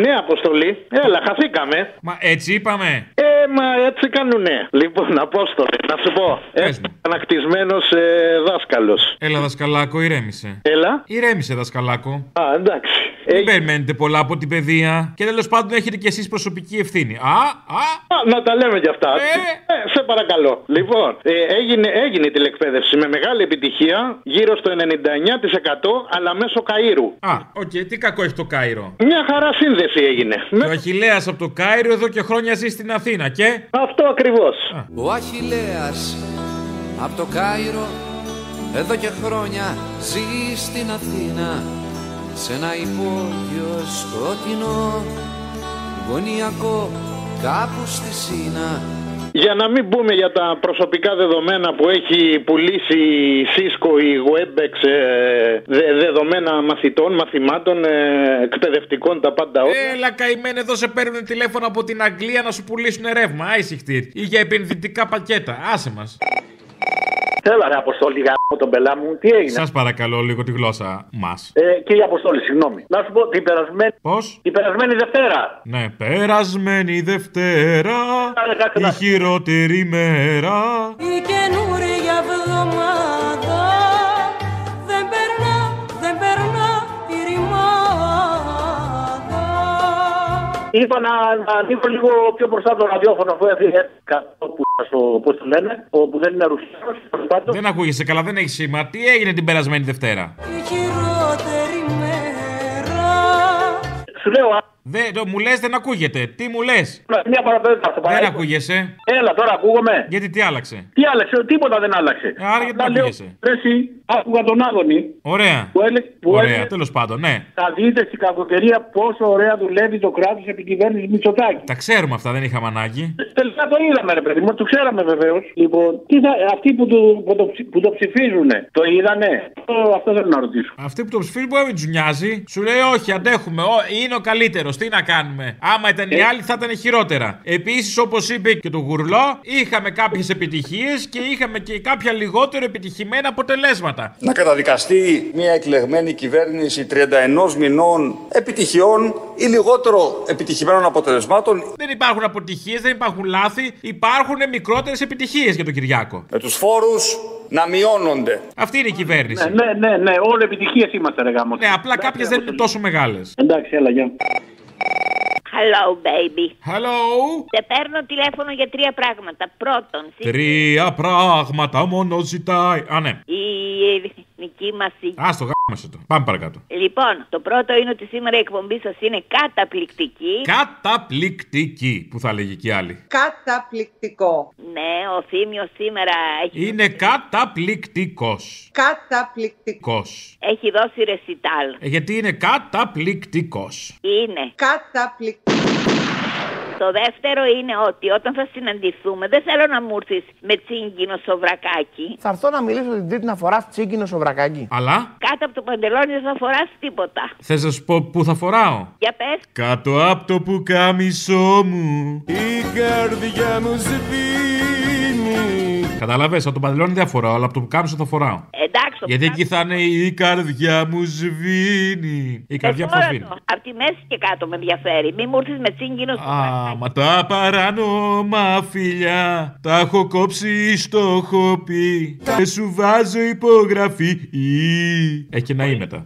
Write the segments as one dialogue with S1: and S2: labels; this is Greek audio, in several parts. S1: Ναι, Αποστολή. Έλα, χαθήκαμε.
S2: Μα έτσι είπαμε.
S1: Ε, μα έτσι κάνουνε. Λοιπόν, Απόστολη, να σου πω.
S2: Πες
S1: Είμαι
S2: μου.
S1: ανακτισμένος ε, δάσκαλος.
S2: Έλα, δασκαλάκο, ηρέμησε.
S1: Έλα.
S2: Ηρέμησε, δασκαλάκο.
S1: Α, εντάξει. Ε,
S2: Δεν περιμένετε πολλά από την παιδεία. Και τέλος πάντων έχετε κι εσείς προσωπική ευθύνη. Α, α,
S1: α, να τα λέμε κι αυτά.
S2: Ε.
S1: σε παρακαλώ. Λοιπόν, ε, έγινε, έγινε η τηλεκπαίδευση με μεγάλη επιτυχία, γύρω στο 99%, αλλά μέσω Καΐρου.
S2: α, οκ, τι κακό έχει το Κάιρο.
S1: Μια χαρά σύνδεση έγινε.
S2: Και ο
S1: Με...
S2: Αχιλέας από το Κάιρο εδώ και χρόνια ζει στην Αθήνα και.
S1: Αυτό ακριβώς.
S3: Ο Αχιλέας από το Κάιρο εδώ και χρόνια ζει στην Αθήνα σε ένα υπόγειο σκοτεινό γωνιακό κάπου στη Σύνα
S1: Για να μην πούμε για τα προσωπικά δεδομένα που έχει πουλήσει η Cisco, η Webex, ε, δε- δεδομένα μαθητών, μαθημάτων, ε, εκπαιδευτικών, τα πάντα όλα.
S4: Ε,
S2: Έλα, καημένε, εδώ σε παίρνουν τηλέφωνο από την Αγγλία να σου πουλήσουν ρεύμα. Άισιχτη. Ή για επενδυτικά πακέτα. Άσε μας.
S4: Έλα ρε Αποστόλη, γάμο τον πελά μου, τι έγινε.
S2: Σας παρακαλώ λίγο τη γλώσσα μας.
S4: Ε, κύριε Αποστόλη, συγγνώμη. Να σου πω την περασμένη,
S2: Πώς.
S4: την περασμένη Δευτέρα.
S2: Ναι, περασμένη Δευτέρα, η
S4: καλά.
S2: χειρότερη μέρα.
S5: Η καινούρια βδομάδα δεν περνά, δεν περνά η ρημάδα.
S4: Είπα να, να ανοίξω λίγο πιο μπροστά το ραδιόφωνο αφού έφυγε. Αυτό που στο, πώς το λένε, ο που δεν είναι ρουφιάνος, τέλος πάντων.
S2: Δεν ακούγεσαι καλά, δεν έχεις σήμα. Τι έγινε την περασμένη Δευτέρα.
S5: Η χειρότερη μέρα.
S4: Σου λέω, α, Ναι,
S2: Δε, το- μου λες, δεν ακούγεται. Τι μου λες.
S4: μια παραπέμπτα στο
S2: Δεν
S4: παράδειγμα.
S2: ακούγεσαι.
S4: Έλα τώρα, ακούγομαι.
S2: Γιατί τι άλλαξε. Ε,
S4: Τι άλλαξε, τίποτα δεν άλλαξε.
S2: Άρα γιατί
S4: Απλά
S2: τα
S4: λέω,
S2: ακούγεσαι.
S4: ρε Εσύ, άκουγα τον Άδωνη
S2: Ωραία.
S4: που έλεγε. Που
S2: Ωραία,
S4: έλεγε,
S2: τέλος πάντων, ναι.
S4: θα δείτε στην κακοκαιρία πόσο ωραία δουλεύει το κράτος επί κυβέρνησης Μητσοτάκη.
S2: Τα ξέρουμε αυτά, δεν είχαμε ανάγκη.
S4: Τελικά το είδαμε, ρε παιδί μου, το ξέραμε βεβαίως. Λοιπόν, τι θα, αυτοί που, του, που, το, ψη- που το ψηφίζουν, το είδανε. Αυτό, αυτό θέλω να ρωτήσω.
S2: Αυτή που το ψηφίζει μπορεί να μην τους νοιάζει. Σου λέει όχι, αντέχουμε. Ο, είναι ο καλύτερος. Τι να κάνουμε. Άμα ήταν
S4: Ε.
S2: οι άλλοι, θα ήταν χειρότερα. Επίσης, όπως είπε και το γουρλό, είχαμε κάποιες επιτυχίες και είχαμε και κάποια λιγότερο επιτυχημένα αποτελέσματα.
S6: να καταδικαστεί μια εκλεγμένη κυβέρνηση 31 μηνών επιτυχιών ή λιγότερο επιτυχημένων αποτελεσμάτων
S2: Δεν υπάρχουν αποτυχίες, δεν υπάρχουν λάθη. Υπάρχουν μικρότερες επιτυχίες για τον Κυριάκο.
S6: με τους φόρους να μειώνονται.
S2: Αυτή είναι η κυβέρνηση.
S4: Ναι, ναι, ναι, όλοι επιτυχίε είμαστε, ρε γάμος.
S2: Ναι, απλά κάποιες δεν είναι τόσο μεγάλες.
S4: Εντάξει, έλα, γεια.
S7: Hello, baby.
S2: Hello!
S7: Σε παίρνω τηλέφωνο για τρία πράγματα. Πρώτον, συ-
S2: Τρία πράγματα μόνο ζητάει. Α, ναι.
S7: η εθνική μα.
S2: Ας το γάμισε το. Πάμε παρακάτω.
S7: Λοιπόν, το πρώτο είναι ότι σήμερα η εκπομπή σας είναι καταπληκτική.
S2: Καταπληκτική, που θα λέγει και η άλλη.
S8: Καταπληκτικό.
S7: Ναι, ο Θήμιος σήμερα έχει,
S2: Είναι καταπληκτικός.
S8: Καταπληκτικός.
S2: Κος.
S7: έχει δώσει ρεσιτάλ.
S2: Ε, Γιατί είναι καταπληκτικός.
S7: Είναι.
S8: Καταπληκτικό.
S7: Το δεύτερο είναι ότι όταν θα συναντηθούμε, δεν θέλω να μου έρθεις με τσίγκινο σοβρακάκι.
S9: Θα έρθω να μιλήσω την τρίτη να φοράς τσίγκινο σοβρακάκι.
S2: Αλλά
S7: Κάτω από το παντελόνι δεν θα φοράς τίποτα.
S2: θες να σου πω που θα φοράω.
S7: Για πες,
S2: Κάτω από το πουκάμισό μου. Η καρδιά μου σβήνει. Κατάλαβες, από τον παντελόνι δεν φοράω, αλλά από το πουκάμισο θα φοράω.
S7: εντάξει. το
S2: Γιατί εκεί θα είναι η καρδιά μου σβήνει. Η καρδιά που θα σβήνει.
S7: Από τη μέση και κάτω με ενδιαφέρει. Μην μου έρθεις με τσίγκινο
S2: Α, μα τα παράνομα φιλιά Τα έχω κόψει στο χοπί Και σου βάζω υπογραφή Ή. Έχει ένα ή μετά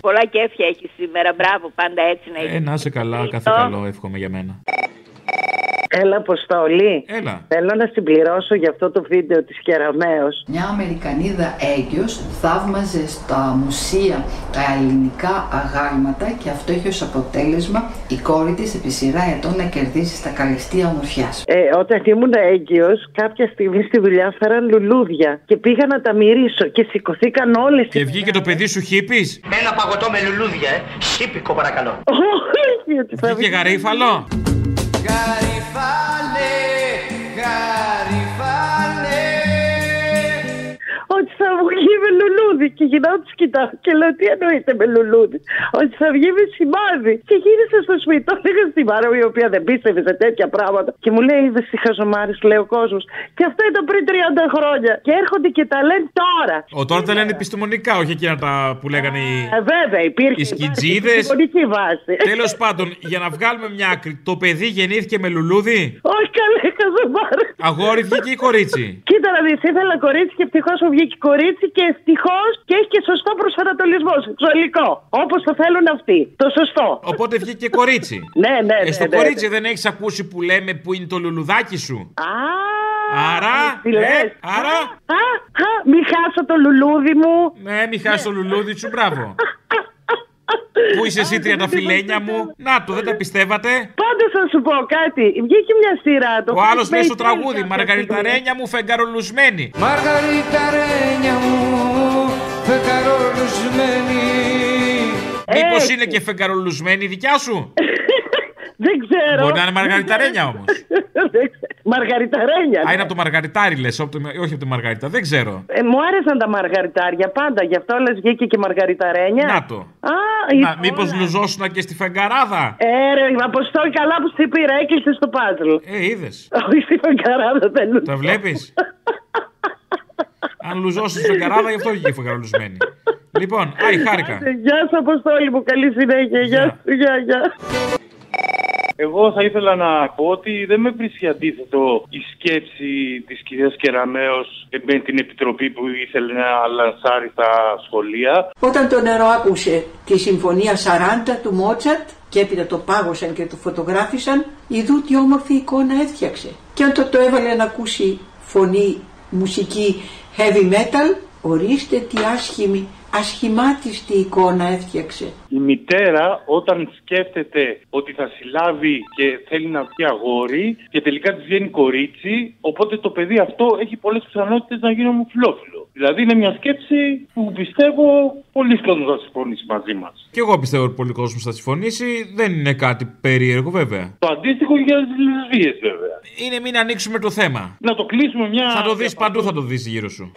S7: Πολλά κέφια έχεις σήμερα. Μπράβο, πάντα έτσι να
S2: Ε,
S7: έχεις.
S2: να είσαι καλά,
S7: Ευχαριστώ.
S2: κάθε καλό εύχομαι για μένα ναι.
S10: Έλα, Αποστολή.
S2: Έλα
S10: Θέλω να συμπληρώσω για αυτό το βίντεο της Κεραμέως.
S8: Μια Αμερικανίδα έγκυος θαύμαζε στα μουσεία τα ελληνικά αγάλματα και αυτό έχει ως αποτέλεσμα η κόρη της επί σειρά ετών να κερδίσει στα καλυστία ομορφιάς.
S10: Ε, όταν ήμουν έγκυος, κάποια στιγμή στη δουλειά φέραν λουλούδια και πήγα να τα μυρίσω και σηκωθήκαν όλες
S2: Και
S10: οι...
S2: βγήκε το παιδί σου χίπης
S3: Με ένα παγωτό με λουλούδια, ε. Σύπικο παρακαλώ.
S10: Όλες οι-
S2: Βγήκε γαρίφαλο
S3: Γαριφάλε, γαριφάλε.
S10: Ότι θα μου γίνει λουλούδι. Και γυρνάω, τους κοιτάω και λέω τι εννοείται με λουλούδι. Ότι θα βγει με σημάδι. Και γύρισα στο σπίτι. Το έλεγα στη μάρα μου, η οποία δεν πίστευε σε τέτοια πράγματα. Και μου λέει, είδες τι χαζομάρες, λέει ο κόσμος. Και αυτό ήταν πριν 30 χρόνια. Και έρχονται και τα λένε τώρα.
S2: Ο τώρα τα λένε επιστημονικά, όχι εκείνα τα που λέγανε οι.
S10: Ε, βέβαια, υπήρχε.
S2: Οι σκιτζίδες.
S10: Επιστημονική βάση.
S2: Τέλος πάντων, για να βγάλουμε μια άκρη, το παιδί γεννήθηκε με λουλούδι.
S10: Όχι, καλέ, χαζομάρες.
S2: Αγόρι βγήκε ή κορίτσι.
S10: Κοίτα να δεις, ήθελα κορίτσι και ευτυχώς μου βγήκε κορίτσι και ευτυχώς και έχει και σωστό προσανατολισμό. Σεξουαλικό. Όπως το θέλουν αυτοί. Το σωστό.
S2: Οπότε βγήκε κορίτσι.
S10: Ναι, ναι, ναι.
S2: Ε, στο
S10: ναι,
S2: κορίτσι
S10: ναι.
S2: δεν έχεις ακούσει που λέμε που είναι το λουλουδάκι σου.
S10: Α,
S2: Άρα.
S10: τι λες.
S2: ε, άρα.
S10: Α, α, μην χάσω το λουλούδι μου.
S2: Ναι, μη χάσει το λουλούδι σου, μπράβο. Πού είσαι εσύ τριανταφυλένια μου. Να το, δεν τα πιστεύατε.
S10: Πάντω θα σου πω κάτι. Βγήκε μια σειρά το
S2: Ο άλλος λέει στο
S10: Face
S2: τραγούδι,
S10: Maker
S2: Μαργαριταρένια μου φεγγαρολουσμένη.
S3: Μαργαρίτα Ρένια μου, φεκαρολουσμένη.
S2: Μήπω Ε, είναι και φεγγαρολουσμένη η δικιά σου.
S10: Δεν ξέρω.
S2: Μπορεί να είναι Μαργαριταρένια όμως.
S10: Δεν ξέρω. Μαργαριταρένια.
S2: Α,
S10: ναι.
S2: είναι από το Μαργαριτάρι λες, όχι από τη Μαργαρίτα. Δεν ξέρω.
S10: Ε, μου άρεσαν τα μαργαριτάρια πάντα, γι' αυτό λες βγήκε και μαργαριταρένια.
S2: Να το.
S10: Α, η-
S2: Μήπω λουζόσουνα και στη φεγγαράδα.
S10: Ε, ρε, Αποστόλη, καλά που στην πήρα, έκλεισε το πάζλ.
S2: Ε, είδες.
S10: Όχι, στη φαγκαράδα δεν λούσα.
S2: Τα βλέπεις. Αν λουζώσεις στη φεγγαράδα, γι' αυτό βγήκε φεγγαρολουσμένη. Λοιπόν, αϊ, χάρηκα.
S10: Άντε, Γεια σου, Αποστόλη μου, καλή συνέχεια. Γεια σου, γεια, γεια.
S11: Εγώ θα ήθελα να πω ότι δεν με βρίσκει αντίθετο η σκέψη της κυρίας Κεραμέο με την επιτροπή που ήθελε να λανσάρει στα σχολεία.
S12: Όταν το νερό άκουσε τη Συμφωνία 40 του Μότσαρτ και έπειτα το πάγωσαν και το φωτογράφησαν, ειδού τι όμορφη εικόνα έφτιαξε. Και όταν το έβαλε να ακούσει φωνή, μουσική heavy metal, ορίστε τι άσχημη, ασχημάτιστη εικόνα έφτιαξε.
S11: Η μητέρα όταν σκέφτεται ότι θα συλλάβει και θέλει να βγει αγόρι και τελικά της βγαίνει κορίτσι, οπότε το παιδί αυτό έχει πολλές πιθανότητες να γίνει ομοφυλόφιλο. Δηλαδή είναι μια σκέψη που πιστεύω πολλοί κόσμος θα συμφωνήσει μαζί μας.
S2: Και εγώ πιστεύω ότι πολλοί κόσμος θα συμφωνήσει. Δεν είναι κάτι περίεργο, βέβαια.
S11: Το αντίστοιχο για τις λεσβείες βέβαια.
S2: Είναι μην ανοίξουμε το θέμα.
S11: Να το κλείσουμε μια...
S2: Θα το δεις παντού, θα το δεις γύρω σου.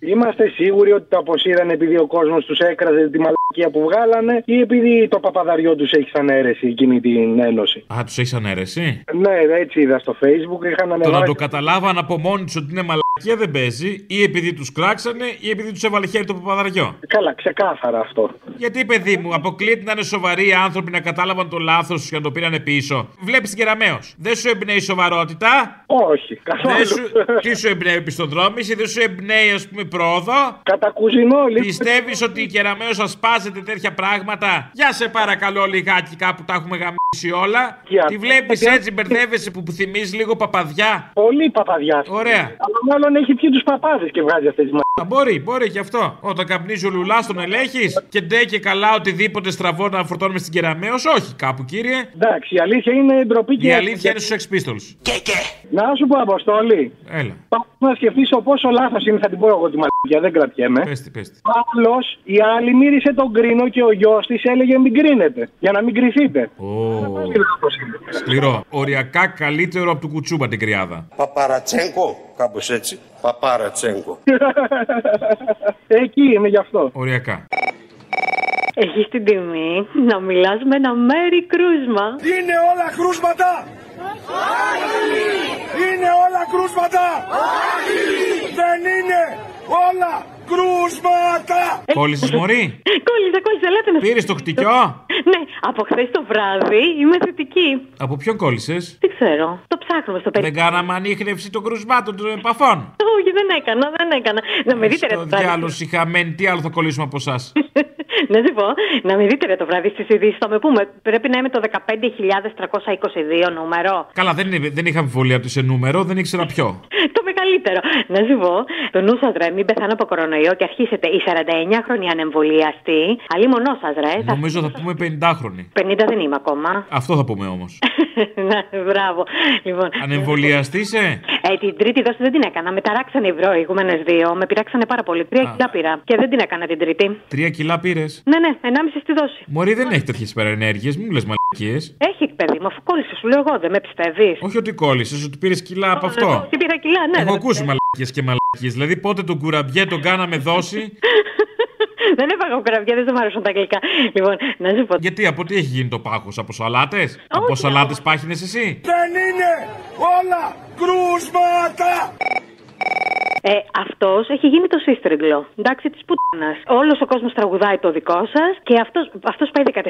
S13: Είμαστε σίγουροι ότι το αποσύραν επειδή ο κόσμος τους έκραζε τη μαλακία που βγάλανε ή επειδή το παπαδαριό τους έχει σαν αίρεση εκείνη την ένωση.
S2: Α, τους έχει ανέρεση.
S13: Ναι, έτσι είδα στο facebook. Είχαν
S2: Το να το
S13: ανεβάσει.
S2: καταλάβαν από μόνοι τους ότι είναι μαλακία δεν παίζει, ή επειδή τους κράξανε, ή επειδή τους έβαλε χέρι το παπαδαριό.
S13: Καλά, ξεκάθαρα αυτό.
S2: Γιατί, παιδί μου, αποκλείεται να είναι σοβαροί οι άνθρωποι να κατάλαβαν το λάθος του και να το πήραν πίσω. Βλέπεις την κεραμαίω. Δεν σου εμπνέει σοβαρότητα.
S13: Όχι, καθόλου.
S2: Δεν σου... Τι σου εμπνέει επιστοδρόμηση, δεν σου εμπνέει, ας πούμε, πρόοδο.
S13: Κατακουζινό, λοιπόν.
S2: Πιστεύεις ότι η κεραμαίω σα σπάζεται τέτοια πράγματα. Για σε παρακαλώ λιγάκι κάπου τα έχουμε γαμίσει όλα. Τη βλέπεις έτσι, μπερδεύεσαι που, που θυμίζεις λίγο παπαδιά.
S13: Πολύ παπαδιά.
S2: Ωραία.
S13: Αλλά μάλλον έχει πιει τους παπάδες και βγάζει αυτές τις
S2: Α, Μπορεί, μπορεί και αυτό. Όταν καπνίζει ο λουλάς, τον ελέγχεις και ντε και καλά οτιδήποτε στραβό να φορτώνουμε στην κεραμαίω. Όχι κάπου, κύριε.
S13: Εντάξει, η αλήθεια είναι ντροπή και.
S2: Η αλήθεια είναι στους Sex Pistols.
S13: Να σου πω, Αποστόλη.
S2: Έλα.
S13: Πάμε να σκεφτεί το πόσο λάθος είναι, θα την πω εγώ τη μαλακία, δεν κρατιέμαι.
S2: Πες τη, πες τη.
S13: Άλλος η άλλη μύρισε τον κρίνο και ο γιος της έλεγε μην κρίνετε. Για να μην κρυθείτε.
S2: Σκληρό. Οριακά καλύτερο από του κουτσούμπα την κρυάδα.
S14: Παπαρατσέγκο, κάπως έτσι. Παπαρατσέγκο.
S13: Εκεί είναι γι' αυτό.
S2: Οριακά.
S15: Έχεις την τιμή να μιλάς με ένα μέρη κρούσμα.
S16: Είναι όλα κρούσματα! Είναι όλα κρούσματα! Δεν είναι όλα κρούσματα!
S2: Κόλλησες μωρή.
S15: Ε, Κόλλησα, κόλλησα, ελάτε να
S2: Πήρες το χτυκιό.
S15: Ναι, από χθες το βράδυ είμαι θετική.
S2: Από ποιον κόλλησες.
S15: Δεν ξέρω. Το ψάχνουμε στο παιδί.
S2: Δεν κάναμε ανείχνευση των κρουσμάτων των επαφών.
S15: Όχι, δεν έκανα, δεν έκανα. Να με δείτε ρε
S2: Στο
S15: το βράδυ.
S2: διάλογο συχαμένη, τι άλλο θα κολλήσουμε από εσάς.
S15: Να σου πω, να με δείτε ρε το βράδυ στις ειδήσεις. Θα με πούμε. Πρέπει να είμαι το 15.322 νούμερο.
S2: Καλά, δεν, είναι- δεν είχα αμφιβολία από το σε νούμερο, δεν ήξερα ποιο.
S15: Το μεγαλύτερο. Να σου πω, το νου σας ρε, μην πεθάνω από κορονοϊό και αρχίσετε οι 49χρονοι ανεμβολιαστοί. Αλλή μονό σας ρε. θα-
S2: Νομίζω θα πούμε 50χρονοι.
S15: 50 δεν είμαι ακόμα.
S2: Αυτό θα πούμε όμως.
S15: Να, μπράβο. Λοιπόν,
S2: Ανεμβολιαστή είσαι.
S15: ε, την τρίτη δόση δεν την έκανα. Με ταράξανε οι προηγούμενε δύο. Με πειράξανε πάρα πολύ. Τρία κιλά πήρα. Και δεν την έκανα την τρίτη.
S2: Τρία κιλά πήρες.
S15: Ναι, ναι, ενάμιση στη δόση.
S2: Μωρή δεν έχει τέτοιες υπερενέργειες, μου λες μαλακίες.
S15: Έχει παιδί μου, αφού κόλλησε, σου λέω εγώ, δεν με πιστεύεις.
S2: Όχι ότι κόλλησες, ότι πήρες κιλά από αυτό.
S15: Τι πήρα κιλά, ναι.
S2: Έχω
S15: δεν με
S2: ακούσει μαλακίες και μαλακίες. Δηλαδή πότε τον κουραμπιέ τον κάναμε δώσει.
S15: Δεν έφαγα κουραβιά, δεν μου αρέσουν τα αγγλικά. Λοιπόν, να σου πω.
S2: Γιατί, από τι έχει γίνει το πάχος, από σαλάτες. Από σαλάτες πάχινες εσύ.
S16: Δεν είναι όλα κρούσματα!
S15: Ε, αυτός έχει γίνει το σύστριγγλο. Εντάξει, της πουτάνας. Όλος ο κόσμος τραγουδάει το δικό σας και αυτός αυτός πάει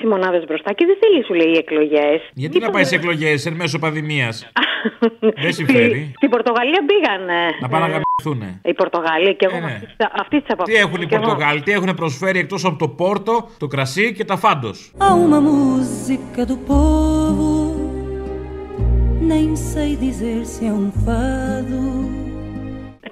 S15: 14,5 μονάδες μπροστά και δεν θέλει, σου λέει, οι εκλογές.
S2: Γιατί να πάει σε εκλογές εν μέσω πανδημίας. Δεν συμφέρει.
S15: Στην Πορτογαλία πήγαν. ε,
S2: Να πάνε να
S15: ε,
S2: γαμπηθούνε.
S15: Οι Πορτογάλοι και εγώ.
S2: Ε, ναι.
S15: με αυτής τις- Αυτής της απόφασης.
S2: Τι έχουν οι Πορτογάλοι, τι έχουν προσφέρει εκτός από το πόρτο, το κρασί και τα φάντος.
S5: Há uma música do povo, nem sei dizer se é um fado.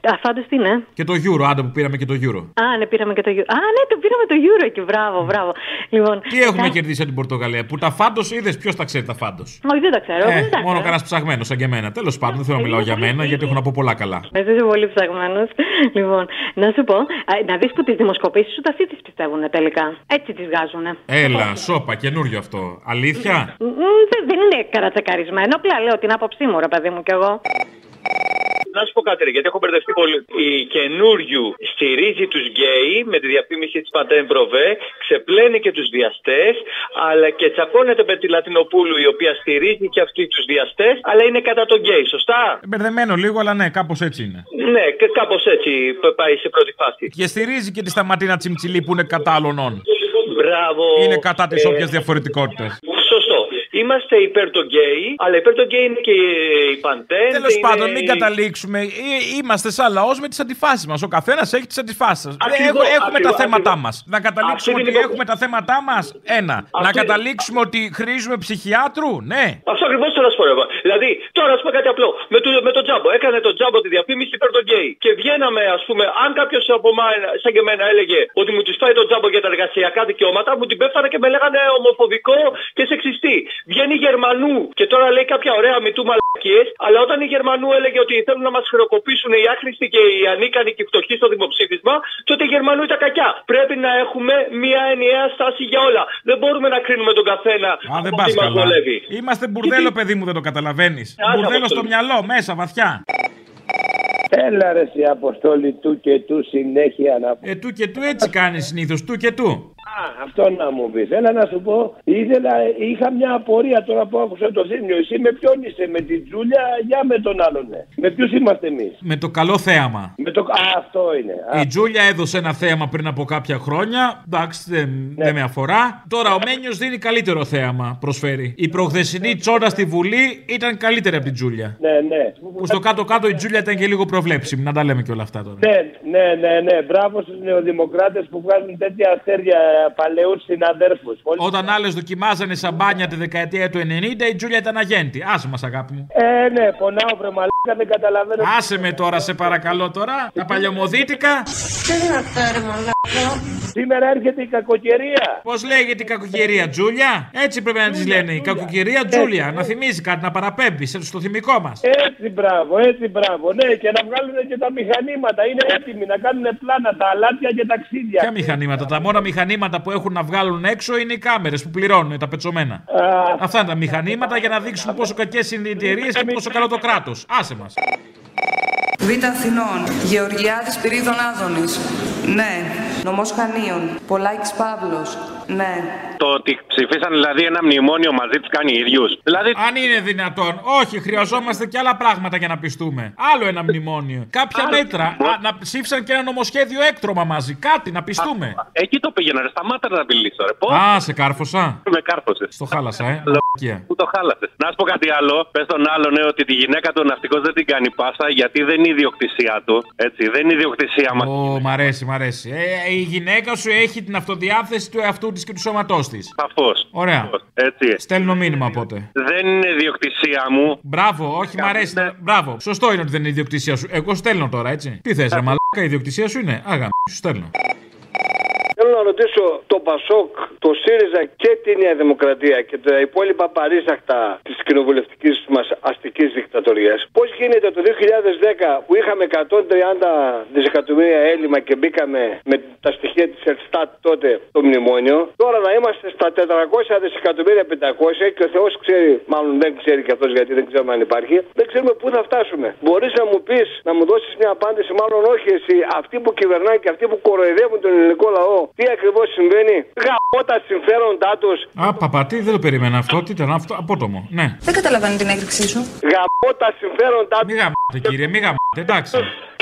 S15: Αφάντω Ε, τι είναι.
S2: Και το γιούρο, άντε που πήραμε και το γιούρο.
S15: Α, ναι, πήραμε και το Euro. Α, ναι, το πήραμε το Euro εκεί. Μπράβο, μπράβο. Λοιπόν,
S2: Τι έχουμε κερδίσει από την Πορτογαλία, που τα φάντος είδες, ποιος τα ξέρει τα φάντος.
S15: Όχι, δεν τα ξέρω.
S2: Ε,
S15: δεν τα
S2: μόνο
S15: ξέρω.
S2: κανένας ψαγμένος σαν και εμένα. Τέλος πάντων, δεν θέλω να μιλάω για μένα, γιατί έχω να πω πολλά καλά.
S15: Ε, Δεν είσαι πολύ ψαγμένος. Λοιπόν, να σου πω, α, να δεις που τις δημοσκοπήσεις σου τα τι τι πιστεύουν τελικά. Έτσι τις βγάζουν.
S2: Έλα, σώπα, καινούριο αυτό. Αλήθεια.
S15: Δεν είναι καρατσακαρισμένο. Απλά λέω την άποψή μου, ρε παιδί μου κι εγώ.
S17: Να σου πω κάτι, ρε, γιατί έχω μπερδευτεί πολύ. Η καινούριου στηρίζει τους γκέι με τη διαφήμιση της Παντέν Προβέ, ξεπλένει και τους διαστές, αλλά και τσακώνεται με τη Λατινοπούλου, η οποία στηρίζει και αυτή τους διαστές, αλλά είναι κατά τον γκέι, σωστά.
S2: Μπερδεμένο λίγο, αλλά ναι, κάπως έτσι είναι.
S17: Ναι, και κάπως έτσι π- πάει σε πρώτη φάση.
S2: Και στηρίζει και τη σταματίνα τσιμτσιλή που είναι κατά άλλων.
S17: Μπράβο.
S2: Είναι κατά της
S17: Ε,
S2: όποιας διαφορετικότητας.
S17: Σωστό. Είμαστε υπέρ των γκέι, αλλά υπέρ των γκέι είναι και η Παντέν.
S2: Τέλος πάντων, μην καταλήξουμε. Ε, Είμαστε σαν λαός με τις αντιφάσεις μας. Ο καθένας έχει τις αντιφάσεις μα.
S17: Ακριβώς,
S2: Ε, Έχουμε τα
S17: ακριβώς,
S2: θέματά
S17: ακριβώς.
S2: μας. Να καταλήξουμε
S17: Αυτή
S2: ότι
S17: είναι η
S2: έχουμε τα θέματά μας. Ένα. Να
S17: Αυτή-
S2: καταλήξουμε ότι χρήζουμε ψυχιάτρου. Ναι.
S17: Αυτό ακριβώς θέλω να σου πω. ρε. Δηλαδή, τώρα να σου πω κάτι απλό. Με, το, με τον Τζάμπο. Έκανε τον Τζάμπο τη διαφήμιση υπέρ των γκέι. Και βγαίναμε, ας πούμε, αν κάποιος από εμά, σαν και εμένα, έλεγε ότι μου του πάει τον Τζάμπο για τα εργασιακά δικαιώματα, μου την πέφτανε και με λέγανε ομοφοβικό και σεξιστή. Βγαίνει Γερμανού και τώρα λέει κάποια ωραία μητού μαλακίες, αλλά όταν η Γερμανού έλεγε ότι θέλουν να μας χρεοκοπήσουν οι άχρηστοι και οι ανίκανοι και οι φτωχοί στο δημοψήφισμα, τότε οι Γερμανού ήταν κακιά. Πρέπει να έχουμε μια ενιαία στάση για όλα. Δεν μπορούμε να κρίνουμε τον καθένα.
S2: Α, δεν
S17: από
S2: πας
S17: τι μας
S2: καλά.
S17: βολεύει.
S2: Είμαστε μπουρδέλο, παιδί μου, δεν το καταλαβαίνεις.
S17: Άσε,
S2: Μπουρδέλο στο
S17: Αποστόλη.
S2: μυαλό, μέσα, βαθιά.
S18: Έλα ρε η Αποστόλη του και του συνέχεια να πω.
S2: Ε, του και του έτσι κάνεις συνήθως, του και του.
S18: Α, αυτό να μου πεις. Έλα να σου πω, ήθελα, είχα μια απορία τώρα που άκουσα το θύμιο. Εσύ με ποιον είσαι, με την Τζούλια, για με τον άλλον. Ναι. Με ποιους είμαστε εμείς.
S2: Με το καλό θέαμα.
S18: Με το... Α, αυτό είναι. Α,
S2: Η Τζούλια έδωσε ένα θέαμα πριν από κάποια χρόνια. Εντάξει, δεν,
S18: Ναι.
S2: δεν με αφορά. Τώρα ο Μένιος δίνει καλύτερο θέαμα, προσφέρει. Η προχθεσινή τσόντα στη Βουλή ήταν καλύτερη από την Τζούλια.
S18: ναι, ναι.
S2: Που στο κάτω-κάτω η Τζούλια ήταν και λίγο προβλέψιμη. Να τα λέμε και όλα αυτά τώρα.
S18: Ναι, ναι, ναι, ναι. Μπράβο στους νεοδημοκράτες που βγάζουν τέτοια αστέρια ε, παλαιούς συναδέρφους. Πολύ...
S2: Όταν άλλες δοκιμάζανε σαμπάνια τη δεκαετία του 90, η Τζούλια ήταν αγέντη. Άσε μας, αγάπη μου.
S18: Ε, ναι, πονάω βρε μαλάκα, δεν καταλαβαίνω.
S2: Άσε με τώρα, σε παρακαλώ τώρα. Τα παλιωμοδίτικα.
S18: Σήμερα έρχεται η κακοκαιρία.
S2: Πώς λέγεται η κακοκαιρία, Τζούλια. Έτσι πρέπει να
S18: Ναι,
S2: τη λένε. Η κακοκαιρία Τζούλια. Να θυμίζει κάτι, να παραπέμπει σε- στο θυμικό μας.
S18: Έτσι, μπράβο, έτσι, μπράβο. Ναι, και να βγάλουν και τα μηχανήματα. Είναι έτοιμοι να κάνουν πλάνα, τα αλάτια και τα ξύδια.
S2: Ποια μηχανήματα, τα μόνα μηχανήματα που έχουν να βγάλουν έξω είναι οι κάμερες που πληρώνουν τα πετσομένα. Αυτά είναι τα μηχανήματα για να δείξουν πόσο κακές είναι οι εταιρείες και πόσο καλό το κράτος. Άσε μας.
S19: Β' Αθηνών, Γεωργιάδης Πυρίδων Άδωνης. Ναι. Νομός Χανίων, Πολάκης Παύλος. Ναι.
S20: Το ότι ψηφίσαν δηλαδή ένα μνημόνιο μαζί τους κάνει ίδιους. Δηλαδή.
S2: Αν είναι δυνατόν, όχι, χρειαζόμαστε και άλλα πράγματα για να πιστούμε. Άλλο ένα μνημόνιο. Κάποια μέτρα. Α, να ψήφισαν και ένα νομοσχέδιο έκτρωμα μαζί. Κάτι να πιστούμε.
S20: Εκεί το πήγαινα, ρε, σταμάτα να μιλήσω, ρε. Πώς
S2: Α, σε κάρφωσα.
S20: με κάρφωσες.
S2: Στο χάλασα, ε. Μαλακία.
S20: Που το χάλασες. Να σου πω κάτι άλλο. Πες τον άλλον ναι, ότι τη γυναίκα του ναυτικός δεν την κάνει πάσα γιατί δεν είναι ιδιοκτησία του. Έτσι, δεν είναι ιδιοκτησία μας.
S2: Ω, μ' αρέσει, μ' αρέσει. Ε, η γυναίκα σου έχει την αυτοδιάθεση του εαυτού της και του σώματός της.
S20: Σαφώς.
S2: Ωραία.
S20: Έτσι.
S2: Στέλνω μήνυμα πότε.
S20: Δεν είναι ιδιοκτησία μου.
S2: Μπράβο, όχι, μ' αρέσει. Μπράβο. Σωστό είναι ότι δεν είναι ιδιοκτησία σου. Εγώ στέλνω τώρα, έτσι. Τι θες, ρε μαλάκα, η ιδιοκτησία σου είναι. Άγα, σου στέλνω.
S18: Θέλω να ρωτήσω το Πασόκ, το ΣΥΡΙΖΑ και τη Νέα Δημοκρατία και τα υπόλοιπα παρήσαχτα της
S21: τη κοινοβουλευτικής μας αστικής δικτατορίας. Πώς γίνεται το 2010 που είχαμε 130 δισεκατομμύρια έλλειμμα και μπήκαμε με τα στοιχεία της Ελστάτ τότε το μνημόνιο, τώρα να είμαστε στα 400 δισεκατομμύρια 500 και ο Θεός ξέρει, μάλλον δεν ξέρει κι αυτός γιατί δεν ξέρουμε αν υπάρχει, δεν ξέρουμε πού θα φτάσουμε. Μπορείς να μου πεις, να μου δώσεις μια απάντηση, μάλλον όχι εσύ, αυτοί που κυβερνάνε και αυτοί που κοροϊδεύουν τον ελληνικό λαό, τι ακριβώς συμβαίνει. Γαμώ τα συμφέροντά τους,
S2: Α, παπα, τι δεν το περίμενα αυτό. Τι ήταν αυτό, απότομο. Ναι.
S1: Ε,
S21: Δεν καταλαβαίνω την έκρηξή σου. Γαμώ τα συμφέροντά τους.
S2: Γαμάτε, κύριε, μη γαμάτε, εντάξει.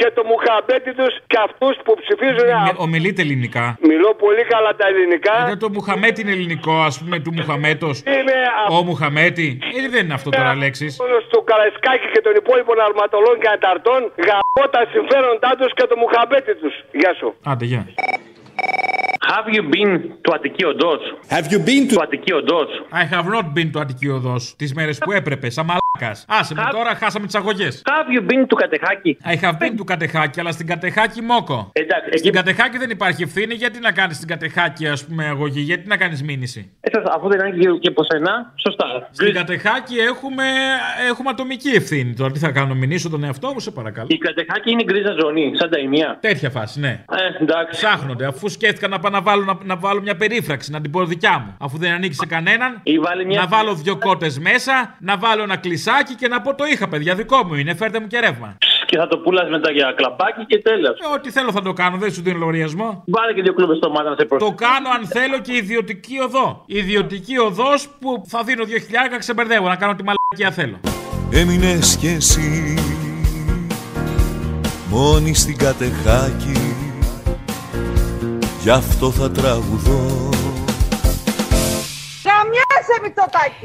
S21: Και το μουχαμπέτι τους και αυτούς που ψηφίζουν.
S2: Ε, Ομιλείτε ελληνικά.
S21: Μιλώ πολύ καλά τα ελληνικά.
S2: Για το Μουχαμέτι είναι ελληνικό, ας πούμε, του Μουχαμέτος.
S21: Είμαι
S2: Ο Μουχαμέτι. Ε, δεν είναι αυτό τώρα λέξει.
S21: αυτός του Καραϊσκάκη και των υπόλοιπων αρματολών και ανταρτών. Γαμώ τα συμφέροντά τους και το μουχαμπέτι τους. Γεια σου.
S2: Άντε, γεια.
S20: Have you been to Αττικίοντος? Have you been to Αττικίοντος?
S2: I have not been to Αττικίοδο τι μέρε που έπρεπε, σαν μαλάκα. Άσε με τώρα, χάσαμε τις αγωγές. Have you been to Κατεχάκι? I have been to Κατεχάκι, αλλά στην Κατεχάκι μόκο.
S20: Εντάξει,
S2: Στην Κατεχάκι δεν υπάρχει ευθύνη, γιατί να κάνεις την Κατεχάκι, ας πούμε, αγωγή, γιατί να κάνεις μήνυση.
S20: έτσι, Ε, αφού δεν είναι και- και από σένα, σωστά.
S2: Στην Κατεχάκι έχουμε, έχουμε ατομική ευθύνη. Τώρα τι θα κάνω, μηνύσω τον εαυτό μου, σε παρακαλώ.
S20: Η Κατεχάκι είναι γκρίζα ζωνή, σαν τα ημία.
S2: Τέτοια φάση, ναι.
S20: Ε, εντάξει.
S2: Ψάχνονται, αφού σκέφτηκα να πάω να βάλω, να, να βάλω μια περίφραξη, να την πω δικιά μου. Αφού δεν ανήκει σε κανέναν, να βάλω δύο κότες μέσα, να βάλω ένα κλεισάκι και να πω το είχα, παιδιά, δικό μου είναι, φέρτε μου και ρεύμα.
S20: Και θα το πουλάς μετά για κλαπάκι και τέλος.
S2: Ε, ό,τι θέλω θα το κάνω, δεν σου δίνω λογαριασμό.
S20: Βάλε και δύο κλούβε στο μάτι να σε προσ...
S2: Το κάνω αν θέλω και ιδιωτική οδό. Ιδιωτική οδός που θα δίνω δύο χιλιάρικα, ξεμπερδεύω να κάνω τη μαλακία θέλω.
S22: Έμεινες κι εσύ Μόνη στην κατεχάκη Γι' αυτό θα τραγουδώ
S10: Καμιάσαι Μητσοτάκη.